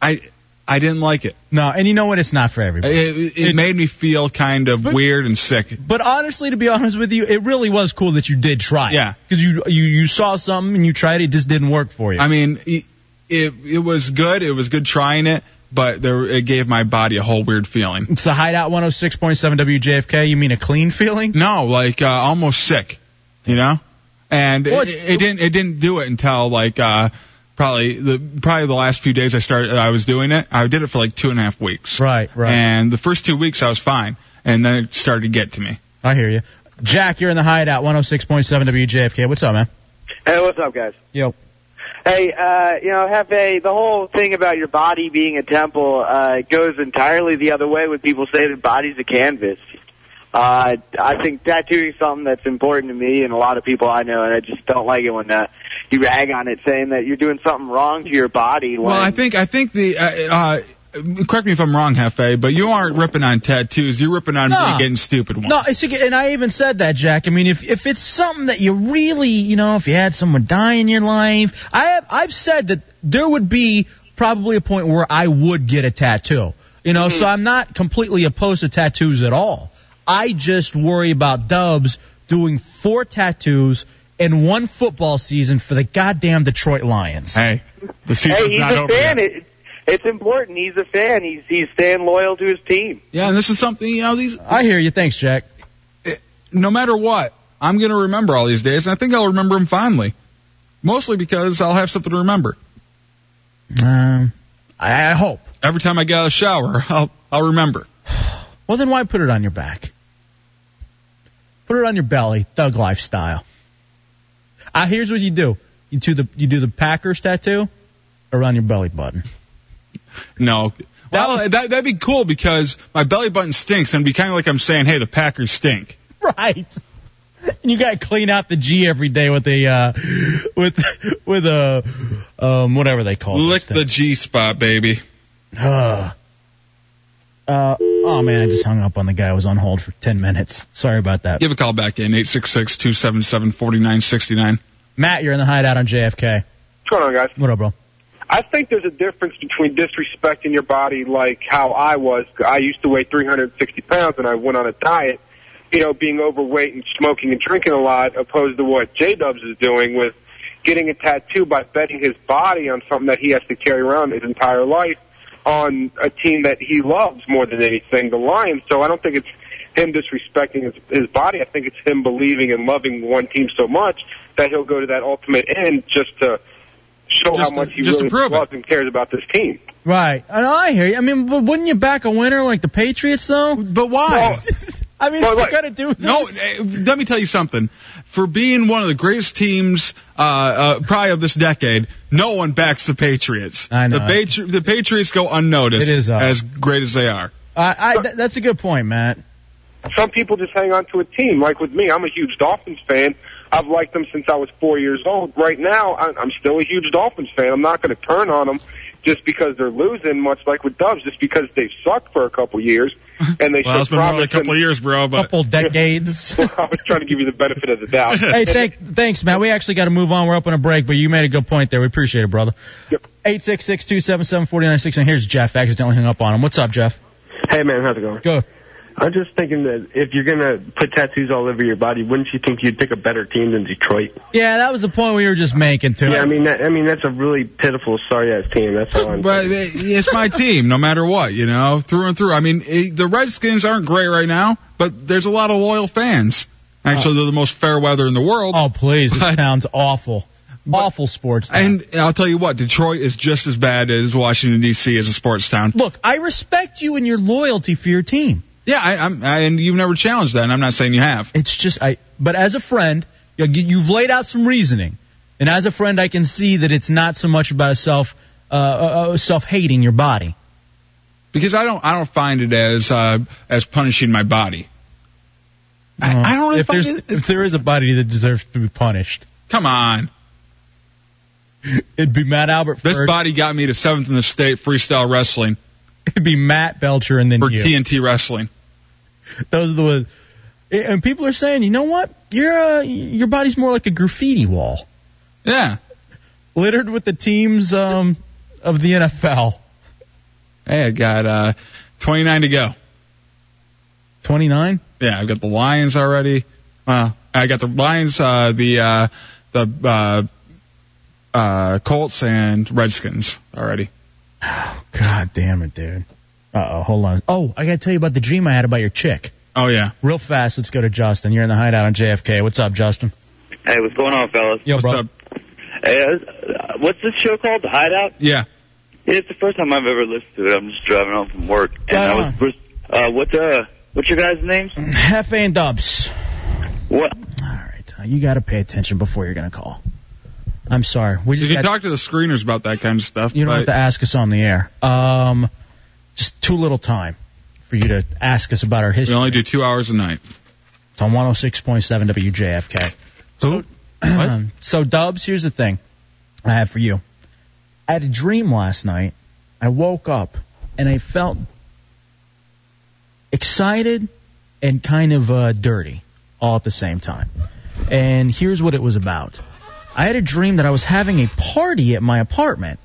S6: I I didn't like it.
S7: No, and you know what? It's not for everybody.
S6: It, it, made me feel kind of weird and sick.
S7: But honestly, to be honest with you, it really was cool that you did try. Yeah, because you you you saw something and you tried it, it just didn't work for you.
S6: I mean, it, it it was good. It was good trying it, but there, it gave my body a whole weird feeling.
S7: It's the Hideout 106.7 WJFK. You mean a clean feeling?
S6: No, like uh, almost sick, you know. And it, it, didn't it didn't do it until like uh, probably the probably the last few days I started I was doing it. I did it for like two and a half weeks.
S7: Right, right.
S6: And the first two weeks I was fine, and then it started to get to me.
S7: I hear you. Jack, you're in the Hideout 106.7 WJFK. What's up, man?
S17: Hey, what's up, guys?
S7: Yo.
S17: Hey, uh, you know, Hefe, the whole thing about your body being a temple uh, goes entirely the other way when people say that body's a canvas. Uh, I think tattooing something that's important to me and a lot of people I know, and I just don't like it when uh, you rag on it, saying that you're doing something wrong to your body. When,
S6: Well, I think I think the uh, uh, correct me if I'm wrong, Hefe, but you aren't ripping on tattoos. You're ripping on
S7: No.
S6: really getting stupid ones.
S7: No, it's, and I even said that, Jack. I mean, if if it's something that you really, you know, if you had someone die in your life, I have I've said that there would be probably a point where I would get a tattoo. You know, so I'm not completely opposed to tattoos at all. I just worry about Dubs doing four tattoos in one football season for the goddamn Detroit Lions.
S6: Hey, the
S17: hey, he's a fan. It, it's important. He's a fan. He's he's staying loyal to his team.
S6: Yeah, and this is something you know these.
S7: I hear you. Thanks, Jack.
S6: no matter what, I'm going to remember all these days, and I think I'll remember them fondly. Mostly because I'll have something to remember.
S7: Um, I, I hope.
S6: Every time I get out of the shower, I'll I'll remember.
S7: Well, then why put it on your back? Put it on your belly, thug lifestyle. Uh, here's what you do: you do the you do the Packers tattoo around your belly button.
S6: No. That, would that, that'd be cool because my belly button stinks and it'd be kind of like I'm saying, hey, the Packers stink.
S7: Right. And you got to clean out the G every day with a uh, with with a um, whatever they call it.
S6: Lick the G spot, baby.
S7: Uh, uh, oh man, I just hung up on the guy. I was on hold for ten minutes. Sorry about that.
S6: Give a call back in 866-277-4969.
S7: Matt, you're in the hideout on JFK.
S18: What's going on, guys?
S7: What up, bro?
S18: I think there's a difference between disrespecting your body like how I was. I used to weigh 360 pounds and I went on a diet, you know, being overweight and smoking and drinking a lot, opposed to what J Dubs is doing with getting a tattoo by betting his body on something that he has to carry around his entire life on a team that he loves more than anything, the Lions. So I don't think it's him disrespecting his, his body. I think it's him believing and loving one team so much that he'll go to that ultimate end just to show how much he
S7: just to
S18: really
S7: prove
S18: loves and cares about this team.
S7: Right. I know, I hear you. I mean, but wouldn't you back a winner like the Patriots though? But why? I mean, you got to do this.
S6: No, eh, let me tell you something. For being one of the greatest teams, uh, uh, probably of this decade, no one backs the Patriots. I
S7: know.
S6: The, Patri- the Patriots go unnoticed.
S7: It is uh, odd.
S6: as great as they are.
S7: I, I, th- that's a good point, Matt.
S18: Some people just hang on to a team. Like with me, I'm a huge Dolphins fan. I've liked them since I was four years old. Right now, I- I'm still a huge Dolphins fan. I'm not going to turn on them just because they're losing, much like with Dubs, just because they've sucked for a couple years and they
S6: Well,
S18: show
S6: it's been more than a
S18: promise and-
S6: couple of years, bro. But
S7: couple decades.
S18: well, I was trying to give you the benefit of the doubt.
S7: hey, thank, thanks, Matt. We actually got to move on. We're up on a break, but you made a good point there. We appreciate it, brother. Eight six six two seven seven forty nine six. And here's Jeff. Accidentally hung up on him. What's up, Jeff?
S19: Hey man, how's it going?
S7: Go.
S19: I'm just thinking that if you're gonna put tattoos all over your body, wouldn't you think you'd pick a better team than Detroit?
S7: Yeah, that was the point we were just making too.
S19: Yeah, I mean, that, I mean that's a really pitiful, sorry ass team. That's all I'm.
S6: But eh, it's my team, no matter what, you know, through and through. I mean, eh, the Redskins aren't great right now, but there's a lot of loyal fans. Actually, they're the most fair weather in the world.
S7: Oh, please. This sounds awful. awful sports
S6: town. And I'll tell you what, Detroit is just as bad as Washington, D.C. as a sports town.
S7: Look, I respect you and your loyalty for your team.
S6: Yeah, I, I'm, I, and you've never challenged that, and I'm not saying you have.
S7: It's just I. But as a friend, you- you've laid out some reasoning, and as a friend, I can see that it's not so much about a self uh, uh, self hating your body.
S6: Because I don't, I don't find it as, uh, as punishing my body. I, I don't really
S7: if there's
S6: find it-
S7: if there is a body that deserves to be punished.
S6: Come on.
S7: It'd be Matt Albert.
S6: This body got me to seventh in the state freestyle wrestling.
S7: It'd be Matt Belcher and then
S6: for
S7: you.
S6: TNT wrestling.
S7: Those are the ones. And people are saying, you know what? Your uh, your body's more like a graffiti wall.
S6: Yeah.
S7: Littered with the teams um, of the NFL.
S6: Hey, I got uh, 29 to go.
S7: 29?
S6: Yeah, I've got the Lions already. Uh, I got the Lions, uh, the uh, the uh, uh, Colts and Redskins already.
S7: God damn it, dude. Uh oh, hold on. Oh, I gotta tell you about the dream I had about your chick.
S6: Oh yeah.
S7: Real fast, let's go to Justin. You're in the hideout on JFK. What's up, Justin?
S20: Hey, what's going on, fellas?
S7: Yo, bro.
S20: Hey, uh, what's this show called? The Hideout?
S6: Yeah.
S20: It's the first time I've ever listened to it. I'm just driving home from work, and I was. first- Uh, what uh, what's your guys' names?
S7: Hefe and Dubs.
S20: What?
S7: Uh, You gotta pay attention before you're gonna call. I'm sorry. We just
S6: you can
S7: got,
S6: talk to the screeners about that kind of stuff.
S7: you don't have
S6: but
S7: to ask us on the air. Um, just too little time for you to ask us about our
S6: we
S7: history.
S6: only do two hours a night.
S7: It's on 106.7 WJFK. Who? So, so, Dubs, here's the thing I have for you. I had a dream last night. I woke up and I felt excited and kind of uh, dirty all at the same time. And here's what it was about I had a dream that I was having a party at my apartment,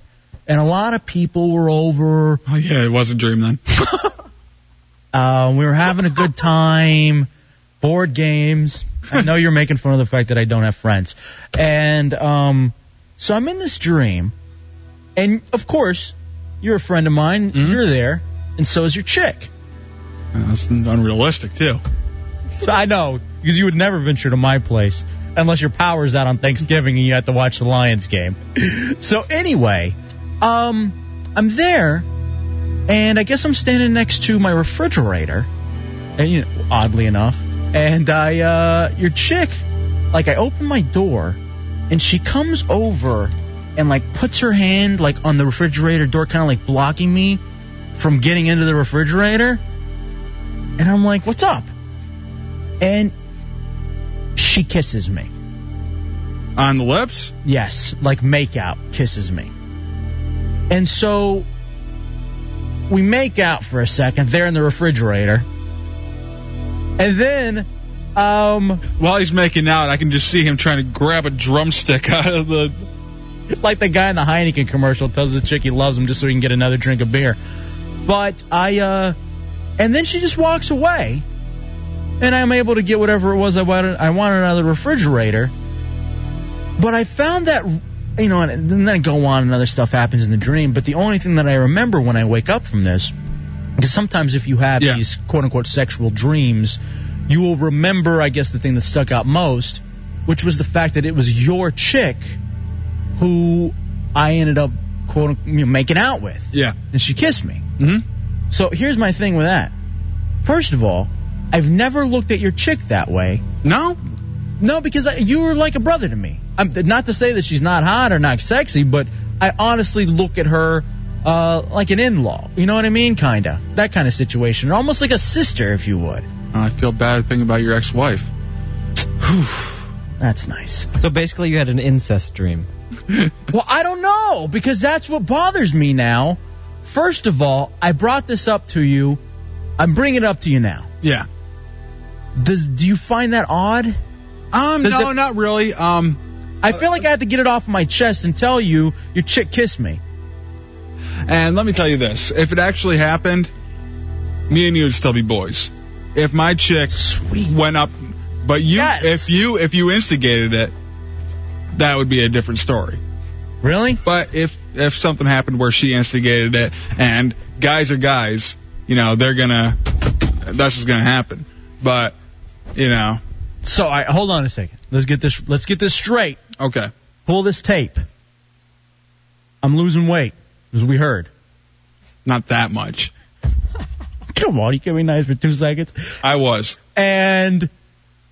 S7: and a lot of people were over.
S6: Oh, yeah, it was a dream then.
S7: Uh, we were having a good time, board games. I know you're making fun of the fact that I don't have friends. And um, so I'm in this dream, and of course, you're a friend of mine. You're there, and so is your chick.
S6: Yeah, Uh, That's unrealistic too.
S7: So I know because you would never venture to my place unless your power's out on Thanksgiving and you have to watch the Lions game. So anyway, um, I'm there, and I guess I'm standing next to my refrigerator, and you know, oddly enough, and I, uh, your chick, like I open my door, and she comes over and like puts her hand like on the refrigerator door, kind of like blocking me from getting into the refrigerator, and I'm like, what's up? And she kisses me.
S6: On the lips?
S7: Yes, like make out, kisses me. And so we make out for a second there in the refrigerator. And then um
S6: while he's making out, I can just see him trying to grab a drumstick out of the
S7: like the guy in the Heineken commercial tells the chick he loves him just so he can get another drink of beer. But I, uh, and then she just walks away, and I'm able to get whatever it was I wanted. I wanted out of the refrigerator. But I found that, you know, and then I go on and other stuff happens in the dream. But the only thing that I remember when I wake up from this, because sometimes if you have these quote unquote sexual dreams, you will remember, I guess, the thing that stuck out most, which was the fact that it was your chick who I ended up quote you know, making out with.
S6: Yeah.
S7: And she kissed me. Mm-hmm. So here's my thing with that. First of all, I've never looked at your chick that way.
S6: No.
S7: No, because I, you were like a brother to me. I'm, not to say that she's not hot or not sexy, but I honestly look at her uh, like an in-law. You know what I mean? Kinda that kind of situation, almost like a sister, if you would.
S6: Uh, I feel bad thinking about your ex-wife.
S7: That's nice.
S8: So basically, you had an incest dream.
S7: well, I don't know because that's what bothers me now. First of all, I brought this up to you. I'm bringing it up to you now.
S6: Yeah.
S7: Does do you find that odd?
S6: Um,
S7: Does
S6: no,
S7: it-
S6: not really. Um,
S7: I feel like I had to get it off my chest and tell you your chick kissed me.
S6: and let me tell you this: if it actually happened, me and you would still be boys. If my chick went up, but you, if you, if you instigated it, that would be a different story.
S7: Really?
S6: But if if something happened where she instigated it, and guys are guys, you know they're gonna, that's what's gonna happen. But you know,
S7: So I hold on a second. Let's get this. Let's get this straight.
S6: Okay.
S7: Pull this tape. I'm losing weight, as we heard.
S6: Not that much.
S7: Come on, you can be nice for two seconds.
S6: I was.
S7: And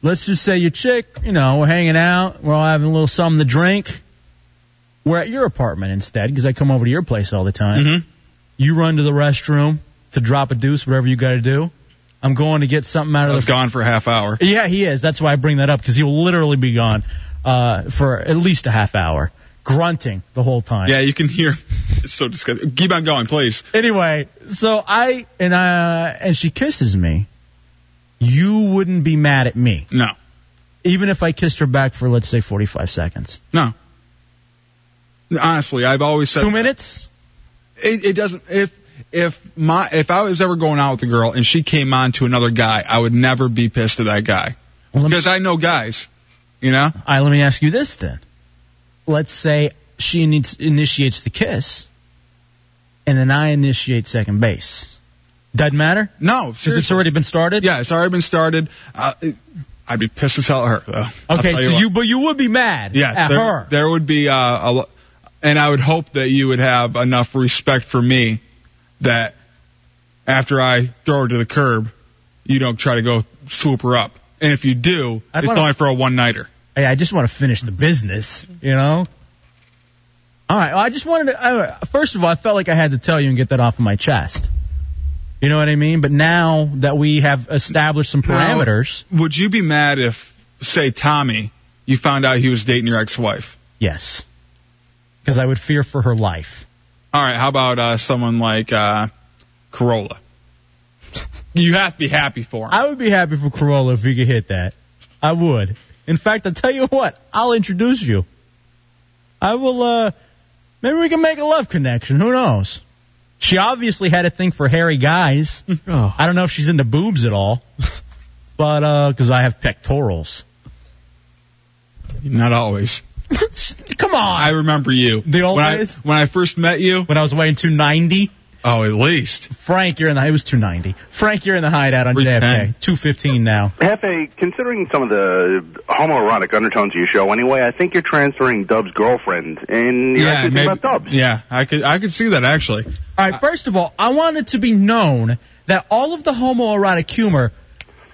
S7: let's just say your chick, you know, we're hanging out, we're all having a little something to drink. We're at your apartment instead, because I come over to your place all the time. You run to the restroom to drop a deuce, whatever you got to do. I'm going to get something out of
S6: It's
S7: the
S6: gone for a half hour.
S7: yeah, he is. That's why I bring that up because he'll literally be gone uh, for at least a half hour, grunting the whole time.
S6: Yeah, you can hear. It's so disgusting. Keep on going, please.
S7: Anyway, so I and uh and she kisses me. You wouldn't be mad at me.
S6: No.
S7: Even if I kissed her back for let's say 45 seconds.
S6: No. Honestly, I've always said
S7: two minutes.
S6: It, it doesn't. If if my if I was ever going out with a girl and she came on to another guy, I would never be pissed at that guy because I know guys. You know.
S7: All right, let me ask you this then. Let's say she needs, initiates the kiss, and then I initiate second base. Doesn't matter.
S6: No, because
S7: it's already been started.
S6: Yeah, it's already been started. Uh, it- I'd be pissed as hell at her though. I'll
S7: Okay,
S6: tell
S7: so
S6: what.
S7: you but you would be mad
S6: yeah,
S7: at
S6: there,
S7: her.
S6: There would be uh, a, lo- and I would hope that you would have enough respect for me that after I throw her to the curb, you don't try to go swoop her up. And if you do,
S7: I'd
S6: it's
S7: wanna-
S6: only for a one nighter.
S7: Hey, I just want to finish the business, you know? All right, well, I just wanted to, I, first of all, I felt like I had to tell you and get that off of my chest. You know what I mean? But now that we have established some parameters,
S6: Would you be mad if, say, Tommy, you found out he was dating your ex-wife?
S7: yes, because I would fear for her life.
S6: All right, how about uh, someone like uh, Corolla? You have to be happy for him.
S7: I would be happy for Corolla if you could hit that. I would. In fact, I'll tell you what, I'll introduce you. I will, uh, maybe we can make a love connection. Who knows? She obviously had a thing for hairy guys. I don't know if she's into boobs at all, but, uh, cause I have pectorals.
S6: Not always.
S7: Come on.
S6: I remember you.
S7: The old
S6: when I-
S7: days?
S6: when I first met you?
S7: When I was weighing 290?
S6: Oh, at least.
S7: Frank, you're in the, it was 290. Frank, you're in the hideout on JFK. 215 now.
S21: Hefe, considering some of the homoerotic undertones of your show anyway, I think you're transferring Dub's girlfriend, and you're actually thinking about Dub.
S6: Yeah, I could I could see that actually.
S7: All right, first of all, I want it to be known that all of the homoerotic humor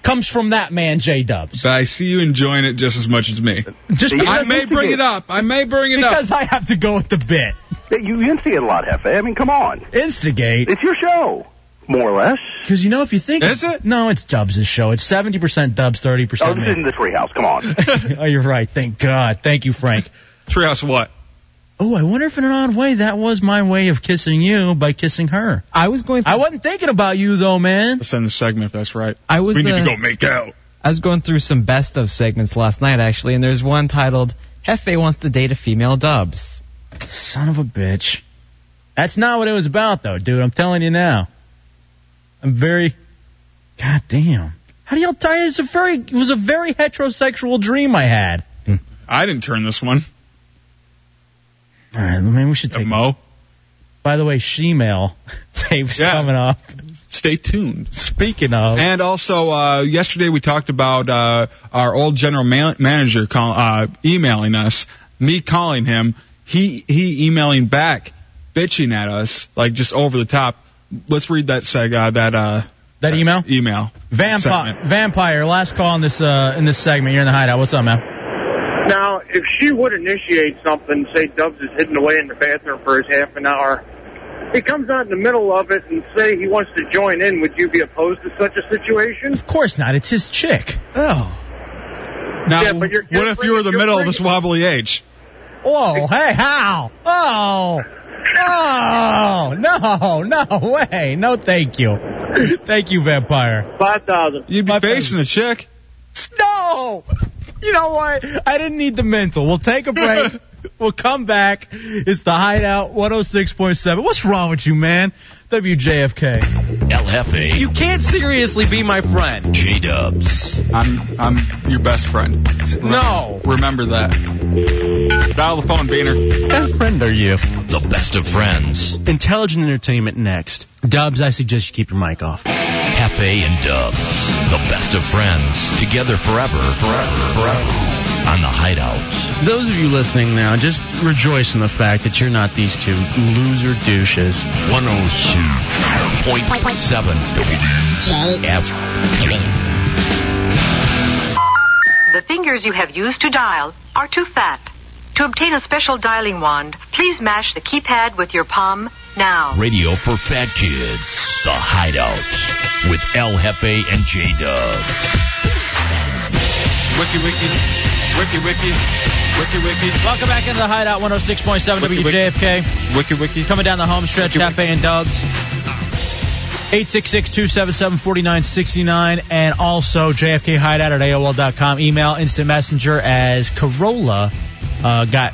S7: comes from that man, J Dubs.
S6: But I see you enjoying it just as much as me.
S7: Just
S6: I
S7: because-
S6: may bring it up. I may bring it
S7: Because
S6: up.
S7: I have to go with the bit.
S21: You instigate a lot, Hefe. I mean, come on.
S7: Instigate.
S21: It's your show, more or less.
S7: Because you know, if you think is it? No, it's Dubs' show. It's seventy percent Dubs, thirty
S21: Oh,
S7: percent
S21: this
S7: me.
S21: isn't the treehouse. Come on.
S7: oh, you're right. Thank God. Thank you, Frank.
S6: Treehouse what?
S7: Oh, I wonder if in an odd way that was my way of kissing you by kissing her.
S8: I was going.
S7: I wasn't thinking about you though, man.
S6: Let's end the segment if that's right.
S8: I was.
S6: We need to
S8: uh,
S6: go make out.
S8: I was going through some best of segments last night actually, and there's one titled "Hefe wants to date a female Dubs."
S7: Son of a bitch. That's not what it was about though, dude. I'm telling you now. I'm very. God damn. How do y'all tie it? It's a very. It was a very heterosexual dream I had.
S6: I didn't turn this one.
S7: All right, maybe we should take
S6: Uh, Mo.
S7: By the way, shemale tapes coming up.
S6: Stay tuned.
S7: Speaking of,
S6: And also, uh, yesterday we talked about uh, our old general man- manager call, uh, emailing us, me calling him, he he emailing back, bitching at us like just over the top. Let's read that seg uh, that uh,
S7: that email
S6: email
S7: vampire, vampire. Last call in this uh, in this segment. You're in the hideout. What's up, man?
S19: Now, if she would initiate something, say Dubs is hidden away in the bathroom for his half an hour, he comes out in the middle of it and say he wants to join in, would you be opposed to such a situation?
S7: Of course not. It's his chick. Oh.
S6: Now,
S19: Yeah, but you're- you're
S6: what if you were the middle of this wobbly age?
S7: Whoa! Hey, how? Oh. Oh no! No way! No, thank you. thank you, vampire.
S19: Five thousand.
S6: You'd be facing a chick.
S7: No! You know what? I didn't need the mental. We'll take a break. we'll come back. It's the Hideout 106.7. What's wrong with you, man? WJFK.
S15: LFA.
S7: You can't seriously be my friend.
S15: J Dubs.
S6: I'm I'm your best friend.
S7: No.
S6: Remember that. Dial the phone, Beaner.
S7: What friend are you?
S15: The best of friends.
S7: Intelligent entertainment next. Dubs, I suggest you keep your mic off.
S15: Hefe and Dubs. The best of friends. Together forever. Forever. Forever. On the Hideout.
S14: Those of you listening now, just rejoice in the fact that you're not these two loser douches.
S15: 106.7 WF.
S4: The fingers you have used to dial are too fat. To obtain a special dialing wand, please mash the keypad with your palm now.
S15: Radio for Fat Kids. The Hideout. With El Hefe and J Dubs.
S6: Wiki, wiki, wiki, wiki, wiki, wiki.
S7: Welcome back into the Hideout 106.7
S6: Wiki, wiki.
S7: WJFK.
S6: Wiki, wiki.
S7: Coming down the home stretch, Cafe and Dubs. 866-277-4969 and also JFK Hideout at AOL.com. Email instant messenger as Corolla uh, got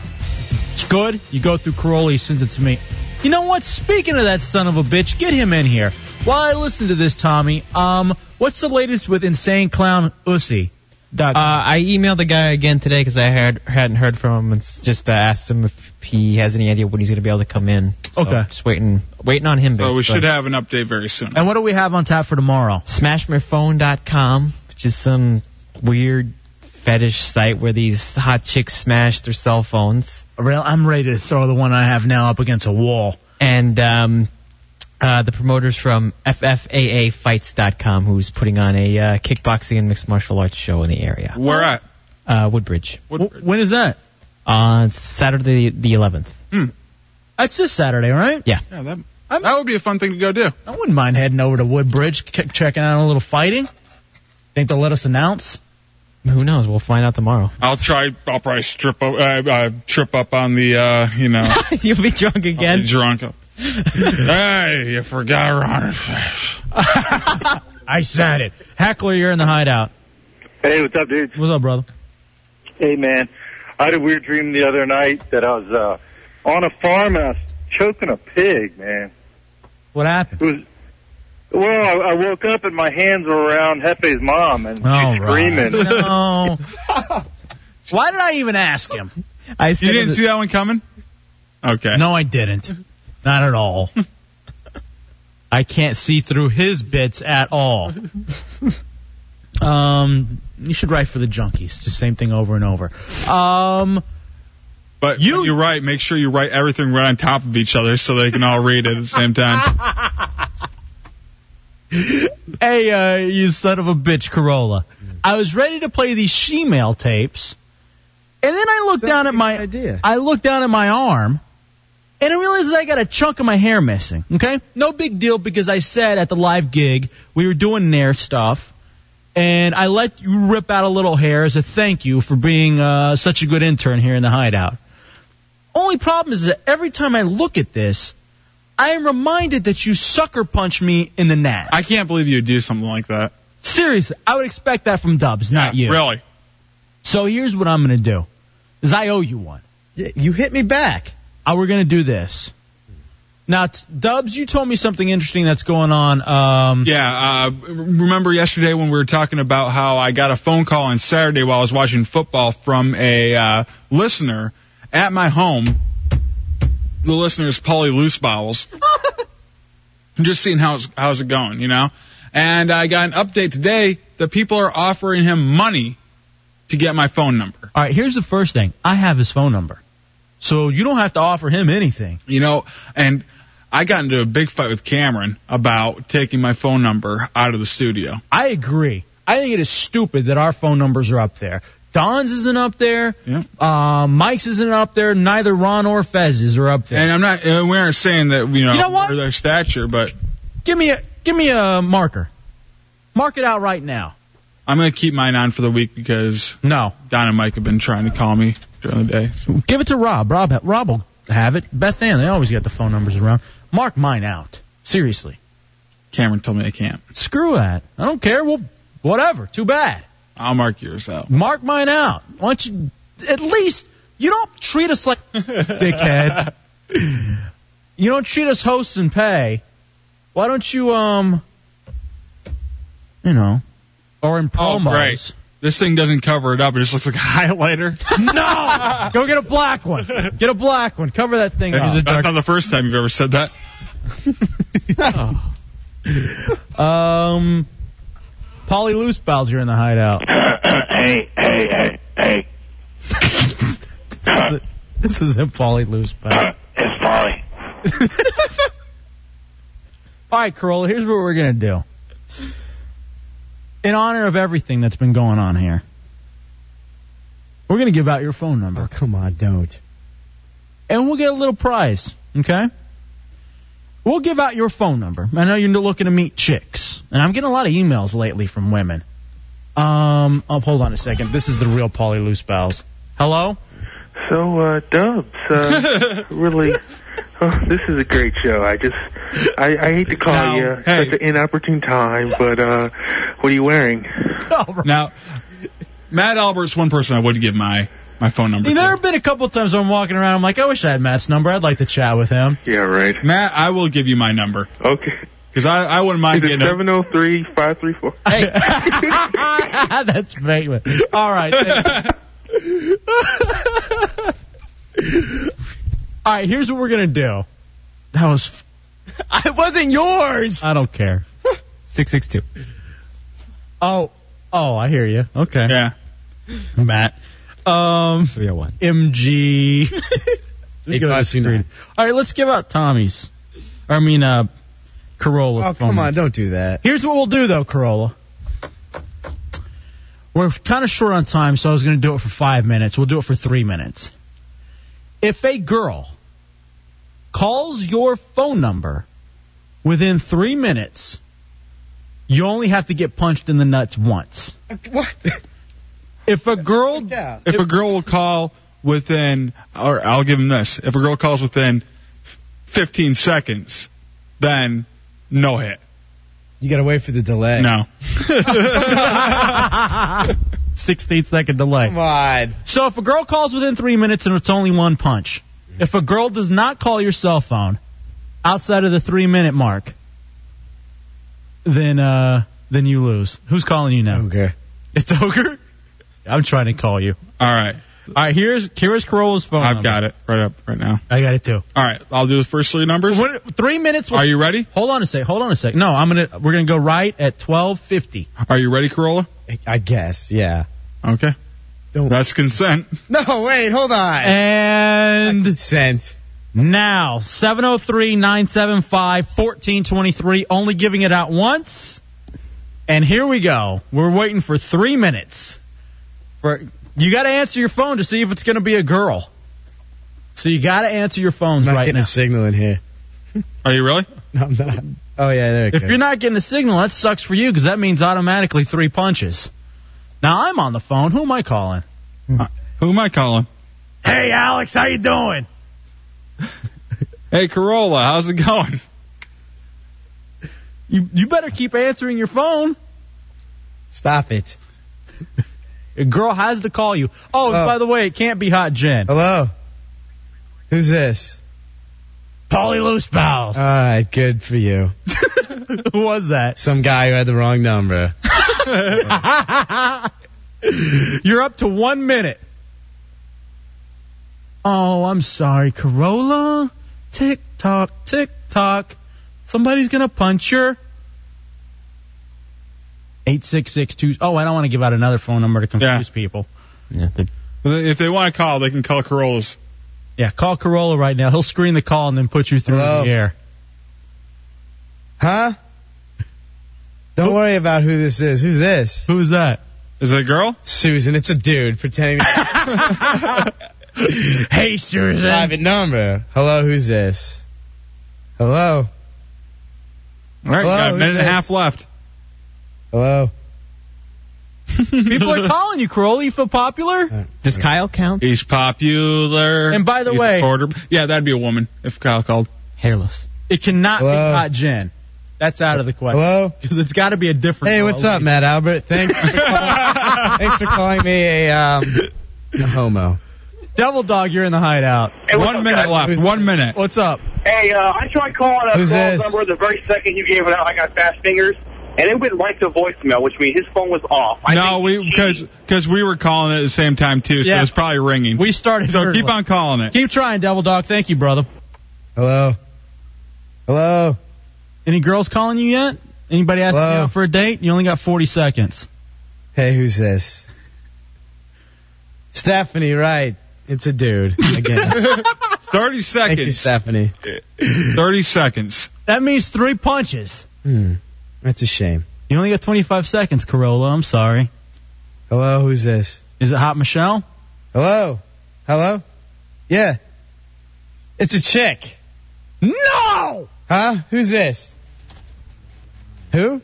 S7: it's good. You go through Corolla, he sends it to me. You know what? Speaking of that son of a bitch, get him in here. While I listen to this, Tommy, um, what's the latest with Insane Clown Ussy?
S8: Uh, I emailed the guy again today because I had, hadn't heard from him. and s- just uh, asked him if he has any idea when he's going to be able to come in. So,
S7: Okay.
S8: Just waiting, waiting on him.
S6: So Oh, we
S8: basically.
S6: should have an update very soon.
S7: Uh, And what do we have on tap for tomorrow?
S8: smashmyphone.com, which is some weird fetish site where these hot chicks smash their cell phones.
S7: Real, I'm ready to throw the one I have now up against a wall.
S8: And um, uh, the promoters from FFAAFights.com, who's putting on a uh, kickboxing and mixed martial arts show in the area.
S6: Where at?
S8: Uh, Woodbridge.
S7: W- when is that?
S8: On Saturday the 11th.
S7: That's this Saturday, right?
S8: Yeah.
S6: Yeah, that, that would be a fun thing to go do.
S7: I wouldn't mind heading over to Woodbridge, ch- checking out a little fighting. Think they'll let us announce?
S8: Who knows? We'll find out tomorrow.
S6: I'll try. I'll probably strip up, uh, uh, trip up on the, uh, you know,
S8: You'll be drunk
S6: I'll
S8: again.
S6: be drunk. hey, you forgot Ron.
S7: I said it. Heckler, you're in the hideout.
S19: Hey, what's up, dudes?
S7: What's up, brother?
S19: Hey, man. I had a weird dream the other night that I was uh, on a farm and I was choking a pig, man.
S7: What happened?
S19: It was, well, I, I woke up and my hands were around Hefe's mom and she's
S7: All right.
S19: screaming.
S7: No. Why did I even ask him?
S8: I
S6: You didn't see that one coming? Okay.
S7: No, I didn't. Not at all. I can't see through his bits at all. Um, you should write for the junkies. Just same thing over and over. Um,
S6: But you, you're right. Make sure you write everything right on top of each other so they can all read it at the same time.
S7: hey, uh, you son of a bitch, Corolla. I was ready to play these shemale tapes, and then I looked down at my I looked down at my arm, and I realized that I got a chunk of my hair missing. Okay, no big deal because I said at the live gig we were doing Nair stuff, and I let you rip out a little hair as a thank you for being uh, such a good intern here in the hideout. Only problem is that every time I look at this, I am reminded that you sucker punched me in the nads.
S6: I can't believe you'd do something like that. Uh,
S7: Seriously, I would expect that from Dubs, not you.
S6: Really?
S7: So here's what I'm gonna do, is I owe you one.
S1: You hit me back.
S7: Uh, we're gonna do this. Now, t- Dubs, you told me something interesting that's going on. Um,
S6: yeah, uh, remember yesterday when we were talking about how I got a phone call on Saturday while I was watching football from a uh, listener at my home. The listener is Polly Loose Bowels. Just seeing how's how's it going, you know. And I got an update today that people are offering him money to get my phone number.
S7: All right, here's the first thing. I have his phone number. So you don't have to offer him anything.
S6: You know, and I got into a big fight with Cameron about taking my phone number out of the studio.
S7: I agree. I think it is stupid that our phone numbers are up there. Don's isn't up there. Uh, Mike's isn't up there. Neither Ron or Fez's are up there.
S6: And I'm not, uh, we aren't saying that, you know,
S7: You know what?
S6: we're their stature, but
S7: Give me a give me a marker. Mark it out right now.
S6: I'm going to keep mine on for the week because
S7: no,
S6: Don and Mike have been trying to call me during the day.
S7: Give it to Rob. Rob Rob will have it. Beth Ann, they always get the phone numbers around. Mark mine out. Seriously.
S6: Cameron told me I can't.
S7: Screw that. I don't care. Well, whatever. Too bad.
S6: I'll mark yours out.
S7: Mark mine out. Why don't you at least you don't treat us like dickhead. You don't treat us hosts and pay. Why don't you um you know or in promos?
S6: Oh, great. This thing doesn't cover it up. It just looks like a highlighter.
S7: no! Go get a black one. Get a black one. Cover that thing up.
S6: That's not the first time you've ever said that.
S7: Um, Polly Loose Bowels, you're in the hideout.
S22: hey, hey, hey, hey.
S7: this, is, this isn't Polly Loose Bowels.
S22: It's Polly.
S7: All right, Corolla, here's what we're going to do. In honor of everything that's been going on here, we're going to give out your phone number. Oh,
S1: come on, don't.
S7: And we'll get a little prize, okay? We'll give out your phone number. I know you're looking to meet chicks, and I'm getting a lot of emails lately from women. Um, oh, hold on a second. This is the real Polly Loose Bowels. Hello?
S23: So, uh, Dubs, uh, really, oh, this is a great show. I just, I, I hate to call
S6: Now,
S23: you at such an inopportune time, but, uh, what are you wearing?
S6: Now, Matt Albert's one person I would give my my phone number.
S7: You know, there have been a couple times when I'm walking around, I'm like, I wish I had Matt's number. I'd like to chat with him.
S23: Yeah, right.
S6: Matt, I will give you my number.
S23: Okay.
S6: Because I, I wouldn't mind
S23: Is it
S6: getting a,
S23: 703 534?
S7: Hey. That's great. one. All right. thank you. All right, here's what we're going to do. That was. F- I wasn't yours. I don't care.
S8: 662.
S7: Oh, oh, I hear you. Okay.
S6: Yeah.
S7: Matt. Um,
S8: 301.
S7: MG. Let me go to the screen. All right, let's give out Tommy's. I mean, uh, Corolla.
S1: Oh, come on, don't do that.
S7: Here's what we'll do though, Corolla. We're kind of short on time, so I was going to do it for five minutes. We'll do it for three minutes. If a girl calls your phone number within three minutes, you only have to get punched in the nuts once.
S1: What?
S7: If a girl,
S6: if a girl will call within, or I'll give him this. If a girl calls within 15 seconds, then no hit.
S1: You gotta wait for the delay.
S6: No.
S7: 16 second delay. Come on. So if a girl calls within three minutes and it's only one punch, if a girl does not call your cell phone outside of the three minute mark, then uh then you lose. Who's calling you now?
S1: Ogre.
S7: It's Ogre. I'm trying to call you.
S6: All right. All
S7: right. Here's here's Corolla's phone.
S6: I've got it right up right now.
S7: I got it too.
S6: All right. I'll do the first three numbers.
S7: three minutes.
S6: Are you ready?
S7: Hold on a sec. Hold on a sec. No, I'm gonna we're gonna go right at 12:50.
S6: Are you ready, Corolla?
S1: I guess. Yeah.
S6: Okay. That's consent.
S1: No, wait, hold on.
S7: And
S1: consent.
S7: Now, 703-975-1423, only giving it out once. And here we go. We're waiting for three minutes. For you got to answer your phone to see if it's going to be a girl. So you got to answer your phones right now.
S8: Getting a signal in here.
S6: Are you really?
S8: No, I'm not. Oh yeah, there it
S7: If
S8: goes.
S7: you're not getting a signal, that sucks for you because that means automatically three punches. Now I'm on the phone. Who am I calling?
S6: Who am I calling?
S7: Hey, Alex, how you doing?
S6: Hey, Corolla, how's it going?
S7: You you better keep answering your phone.
S8: Stop it.
S7: A girl has to call you. Oh, by the way, it can't be Hot Jen.
S8: Hello. Who's this?
S7: Polly Loose Bowels.
S8: All right, good for you.
S7: Who was that?
S8: Some guy who had the wrong number.
S7: You're up to one minute. Oh, I'm sorry, Corolla. Tick tock, tick tock. Somebody's gonna punch her. Eight six six two. Oh, I don't want to give out another phone number to confuse people.
S24: Yeah,
S6: if they want to call, they can call Corollas.
S7: Yeah, call Corolla right now. He'll screen the call and then put you through the air.
S8: Huh? Don't worry about who this is. Who's this?
S7: Who's that?
S6: Is it a girl?
S8: Susan. It's a dude pretending. To-
S7: hey, Susan.
S8: Private number. Hello, who's this? Hello.
S6: All right,
S8: Hello,
S6: got a
S8: who's
S6: minute and a
S8: this?
S6: half left.
S8: Hello.
S7: People are calling you, Corolla. You feel popular?
S25: Does Kyle count?
S6: He's popular.
S7: And by the
S6: He's a
S7: way-
S6: quarter- yeah, that'd be a woman if Kyle called.
S25: Hairless.
S7: It cannot be Hot Jen. That's out of the question.
S8: Hello?
S7: Because it's got to be a different.
S8: Hey, what's up, Matt Albert? Thanks for calling, thanks for calling me a, um, a homo.
S7: Devil Dog, you're in the hideout.
S6: One minute left. One minute.
S7: What's up?
S18: Hey, uh, I tried calling up
S7: Who's
S18: Carl's
S7: this?
S18: number the very second you gave it out. I got fast fingers, and it went right to voicemail, which means his phone was off. I
S6: no, we because because we were calling it at the same time too, so
S7: Yeah.
S6: it's probably ringing.
S7: We started.
S6: So
S7: early.
S6: keep on calling it.
S7: Keep trying, Devil Dog. Thank you, brother.
S8: Hello. Hello.
S7: Any girls calling you yet? Anybody asking you
S8: Hello?
S7: out for a date? You only got 40 seconds.
S8: Hey, who's this? Stephanie, right? It's a dude again.
S6: Thirty seconds.
S8: Thank you, Stephanie.
S6: Thirty seconds.
S7: That means three punches.
S8: Hmm. That's a shame.
S7: You only got 25 seconds, Corolla. I'm sorry.
S8: Hello, who's this?
S7: Is it Hot Michelle?
S8: Hello. Hello. Yeah. It's a chick.
S7: No.
S8: Huh? Who's this? Who?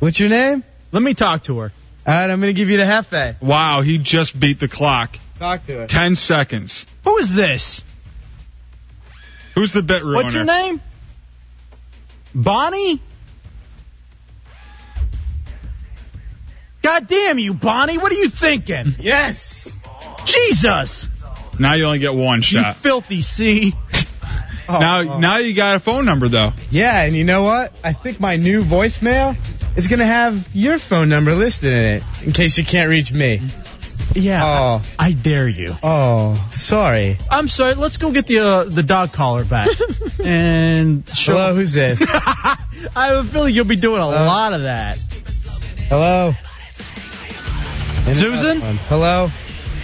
S8: What's your name?
S7: Let me talk to her.
S8: All right, I'm gonna give you the hefe.
S6: Wow, he just beat the clock.
S8: Talk to her.
S6: Ten seconds.
S7: Who is this?
S6: Who's the bit ruiner?
S7: What's your name? Bonnie? God damn you, Bonnie. What are you thinking? yes. Jesus.
S6: Now you only get one
S7: You Oh,
S6: shot.
S7: filthy C.
S6: now now you got a phone number though.
S8: Yeah, and you know what? I think my new voicemail is gonna have your phone number listed in it in case you can't reach me.
S7: Yeah.
S8: Oh.
S7: I dare you.
S8: Oh, sorry.
S7: I'm sorry. Let's go get the uh, the dog collar back. and show.
S8: Hello, who's this?
S7: I have a feeling you'll be doing a lot of that.
S8: Hello. And
S7: Susan?
S8: another one. Hello.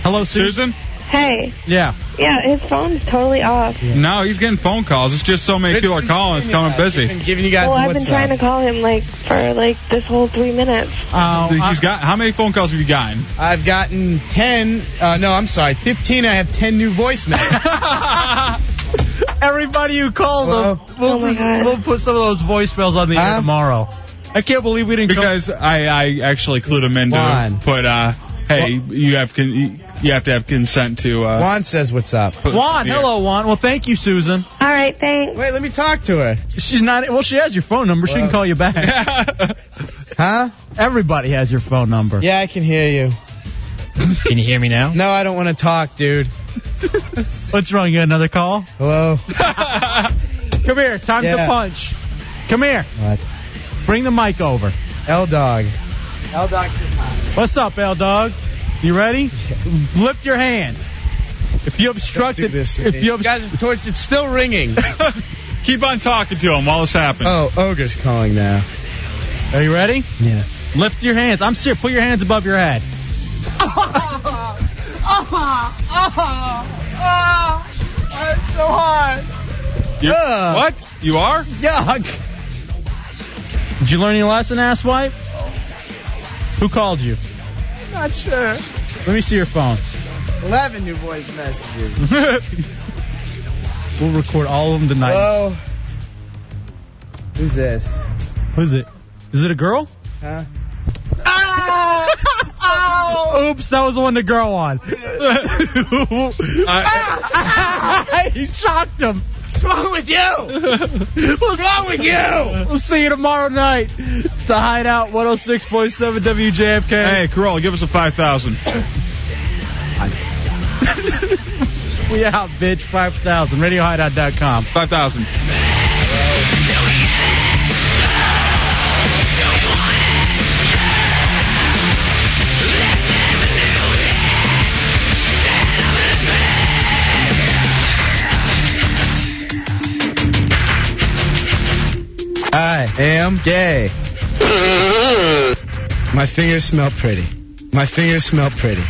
S7: Hello, Susan.
S6: Susan?
S9: Hey,
S7: Yeah.
S9: yeah, his phone's totally off.
S6: No, he's getting phone calls. It's just so many people are calling. It's coming busy.
S8: Been giving you guys
S9: well,
S8: some
S9: Oh, I've been
S8: WhatsApp.
S9: trying to call him like for like this whole three minutes.
S7: Uh,
S6: He's got how many phone calls have you gotten?
S8: I've gotten 10. Uh, no, I'm sorry, 15. I have 10 new voicemails.
S7: Everybody who called
S8: Hello?
S7: them, we'll, just, we'll put some of those voicemails on the air
S8: Huh?
S7: tomorrow. I can't believe we didn't.
S6: Because I, I actually clued him into
S8: Juan.
S6: but uh hey, you have con- you have to have consent to uh
S8: Juan says, What's up?
S6: put-
S7: Juan,
S6: yeah.
S7: hello, Juan. Well, thank you, Susan.
S9: All right, thanks.
S8: Wait, let me talk to her.
S7: She's not. Well, she has your phone number. She can
S8: Hello.
S7: call you back.
S8: Huh?
S7: Everybody has your phone number.
S8: Yeah, I can hear you.
S25: Can you hear me now?
S8: No, I don't want to talk, dude.
S7: What's wrong? You got another call?
S8: Hello.
S7: Come here. Time to
S8: Yeah.
S7: punch. Come here.
S8: What?
S7: Bring the mic over.
S8: L Dog.
S7: What's up, L Dog? You ready? Lift your hand. If you obstruct
S8: do
S7: it,
S8: this to
S7: if
S8: me.
S7: you
S8: You guys
S7: obstruct,
S8: have torched. It's still ringing.
S6: Keep on talking to him while this happens.
S7: Uh,
S8: oh, Ogre's calling now.
S7: are you ready?
S8: Yeah.
S7: Lift your hands. I'm serious. Put your hands above your head.
S9: It's so hot.
S6: You-
S7: uh,
S6: What? You are?
S9: Yuck.
S7: Did you learn your lesson, asswipe? Who called you?
S9: Not sure.
S7: Let me see your phone.
S9: 11 new voice messages.
S7: we'll record all of them tonight.
S9: Hello. Who's this?
S7: Who's it? Is it a girl?
S9: Huh?
S7: Oops, that was the one the girl on. he shocked him. What's wrong with you? What's wrong with you? We'll see you tomorrow night. It's the Hideout 106.7 WJFK.
S6: Hey, Corolla, give us a 5,000.
S7: we out, bitch. 5,000. RadioHideout.com.
S6: 5,000.
S9: I am gay. My fingers smell pretty. My fingers smell pretty.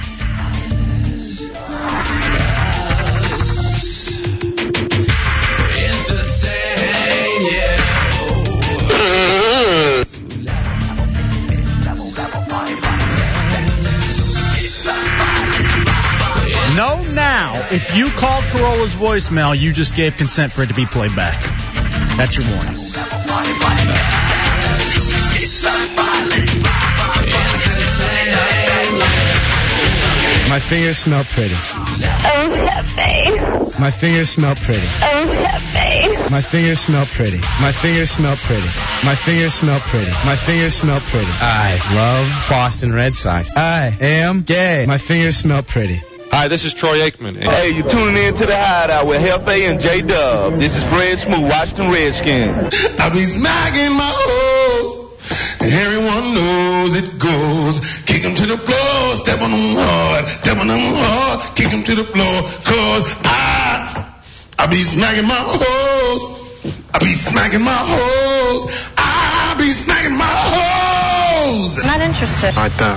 S7: Know now, if you called Corolla's voicemail, you just gave consent for it to be played back. That's your warning.
S9: My fingers smell pretty. My fingers smell pretty. My fingers smell pretty. My fingers smell pretty. My fingers smell pretty. My fingers smell pretty. I love Boston Red Sox. I am gay. My fingers smell pretty.
S5: Hi, this is Troy Aikman.
S26: Hey, you're tuning in to the hideout with Hefe and J Dub. This is Fred Smooth, Washington Redskins.
S15: I be smacking my hoes. And everyone knows it goes. Kick 'em to the floor, step on 'em hard, step on 'em hard, kick 'em to the floor. Cause I, I be smacking my hoes. I be smacking my hoes. I be smacking my hoes.
S27: Not interested.
S5: Right there.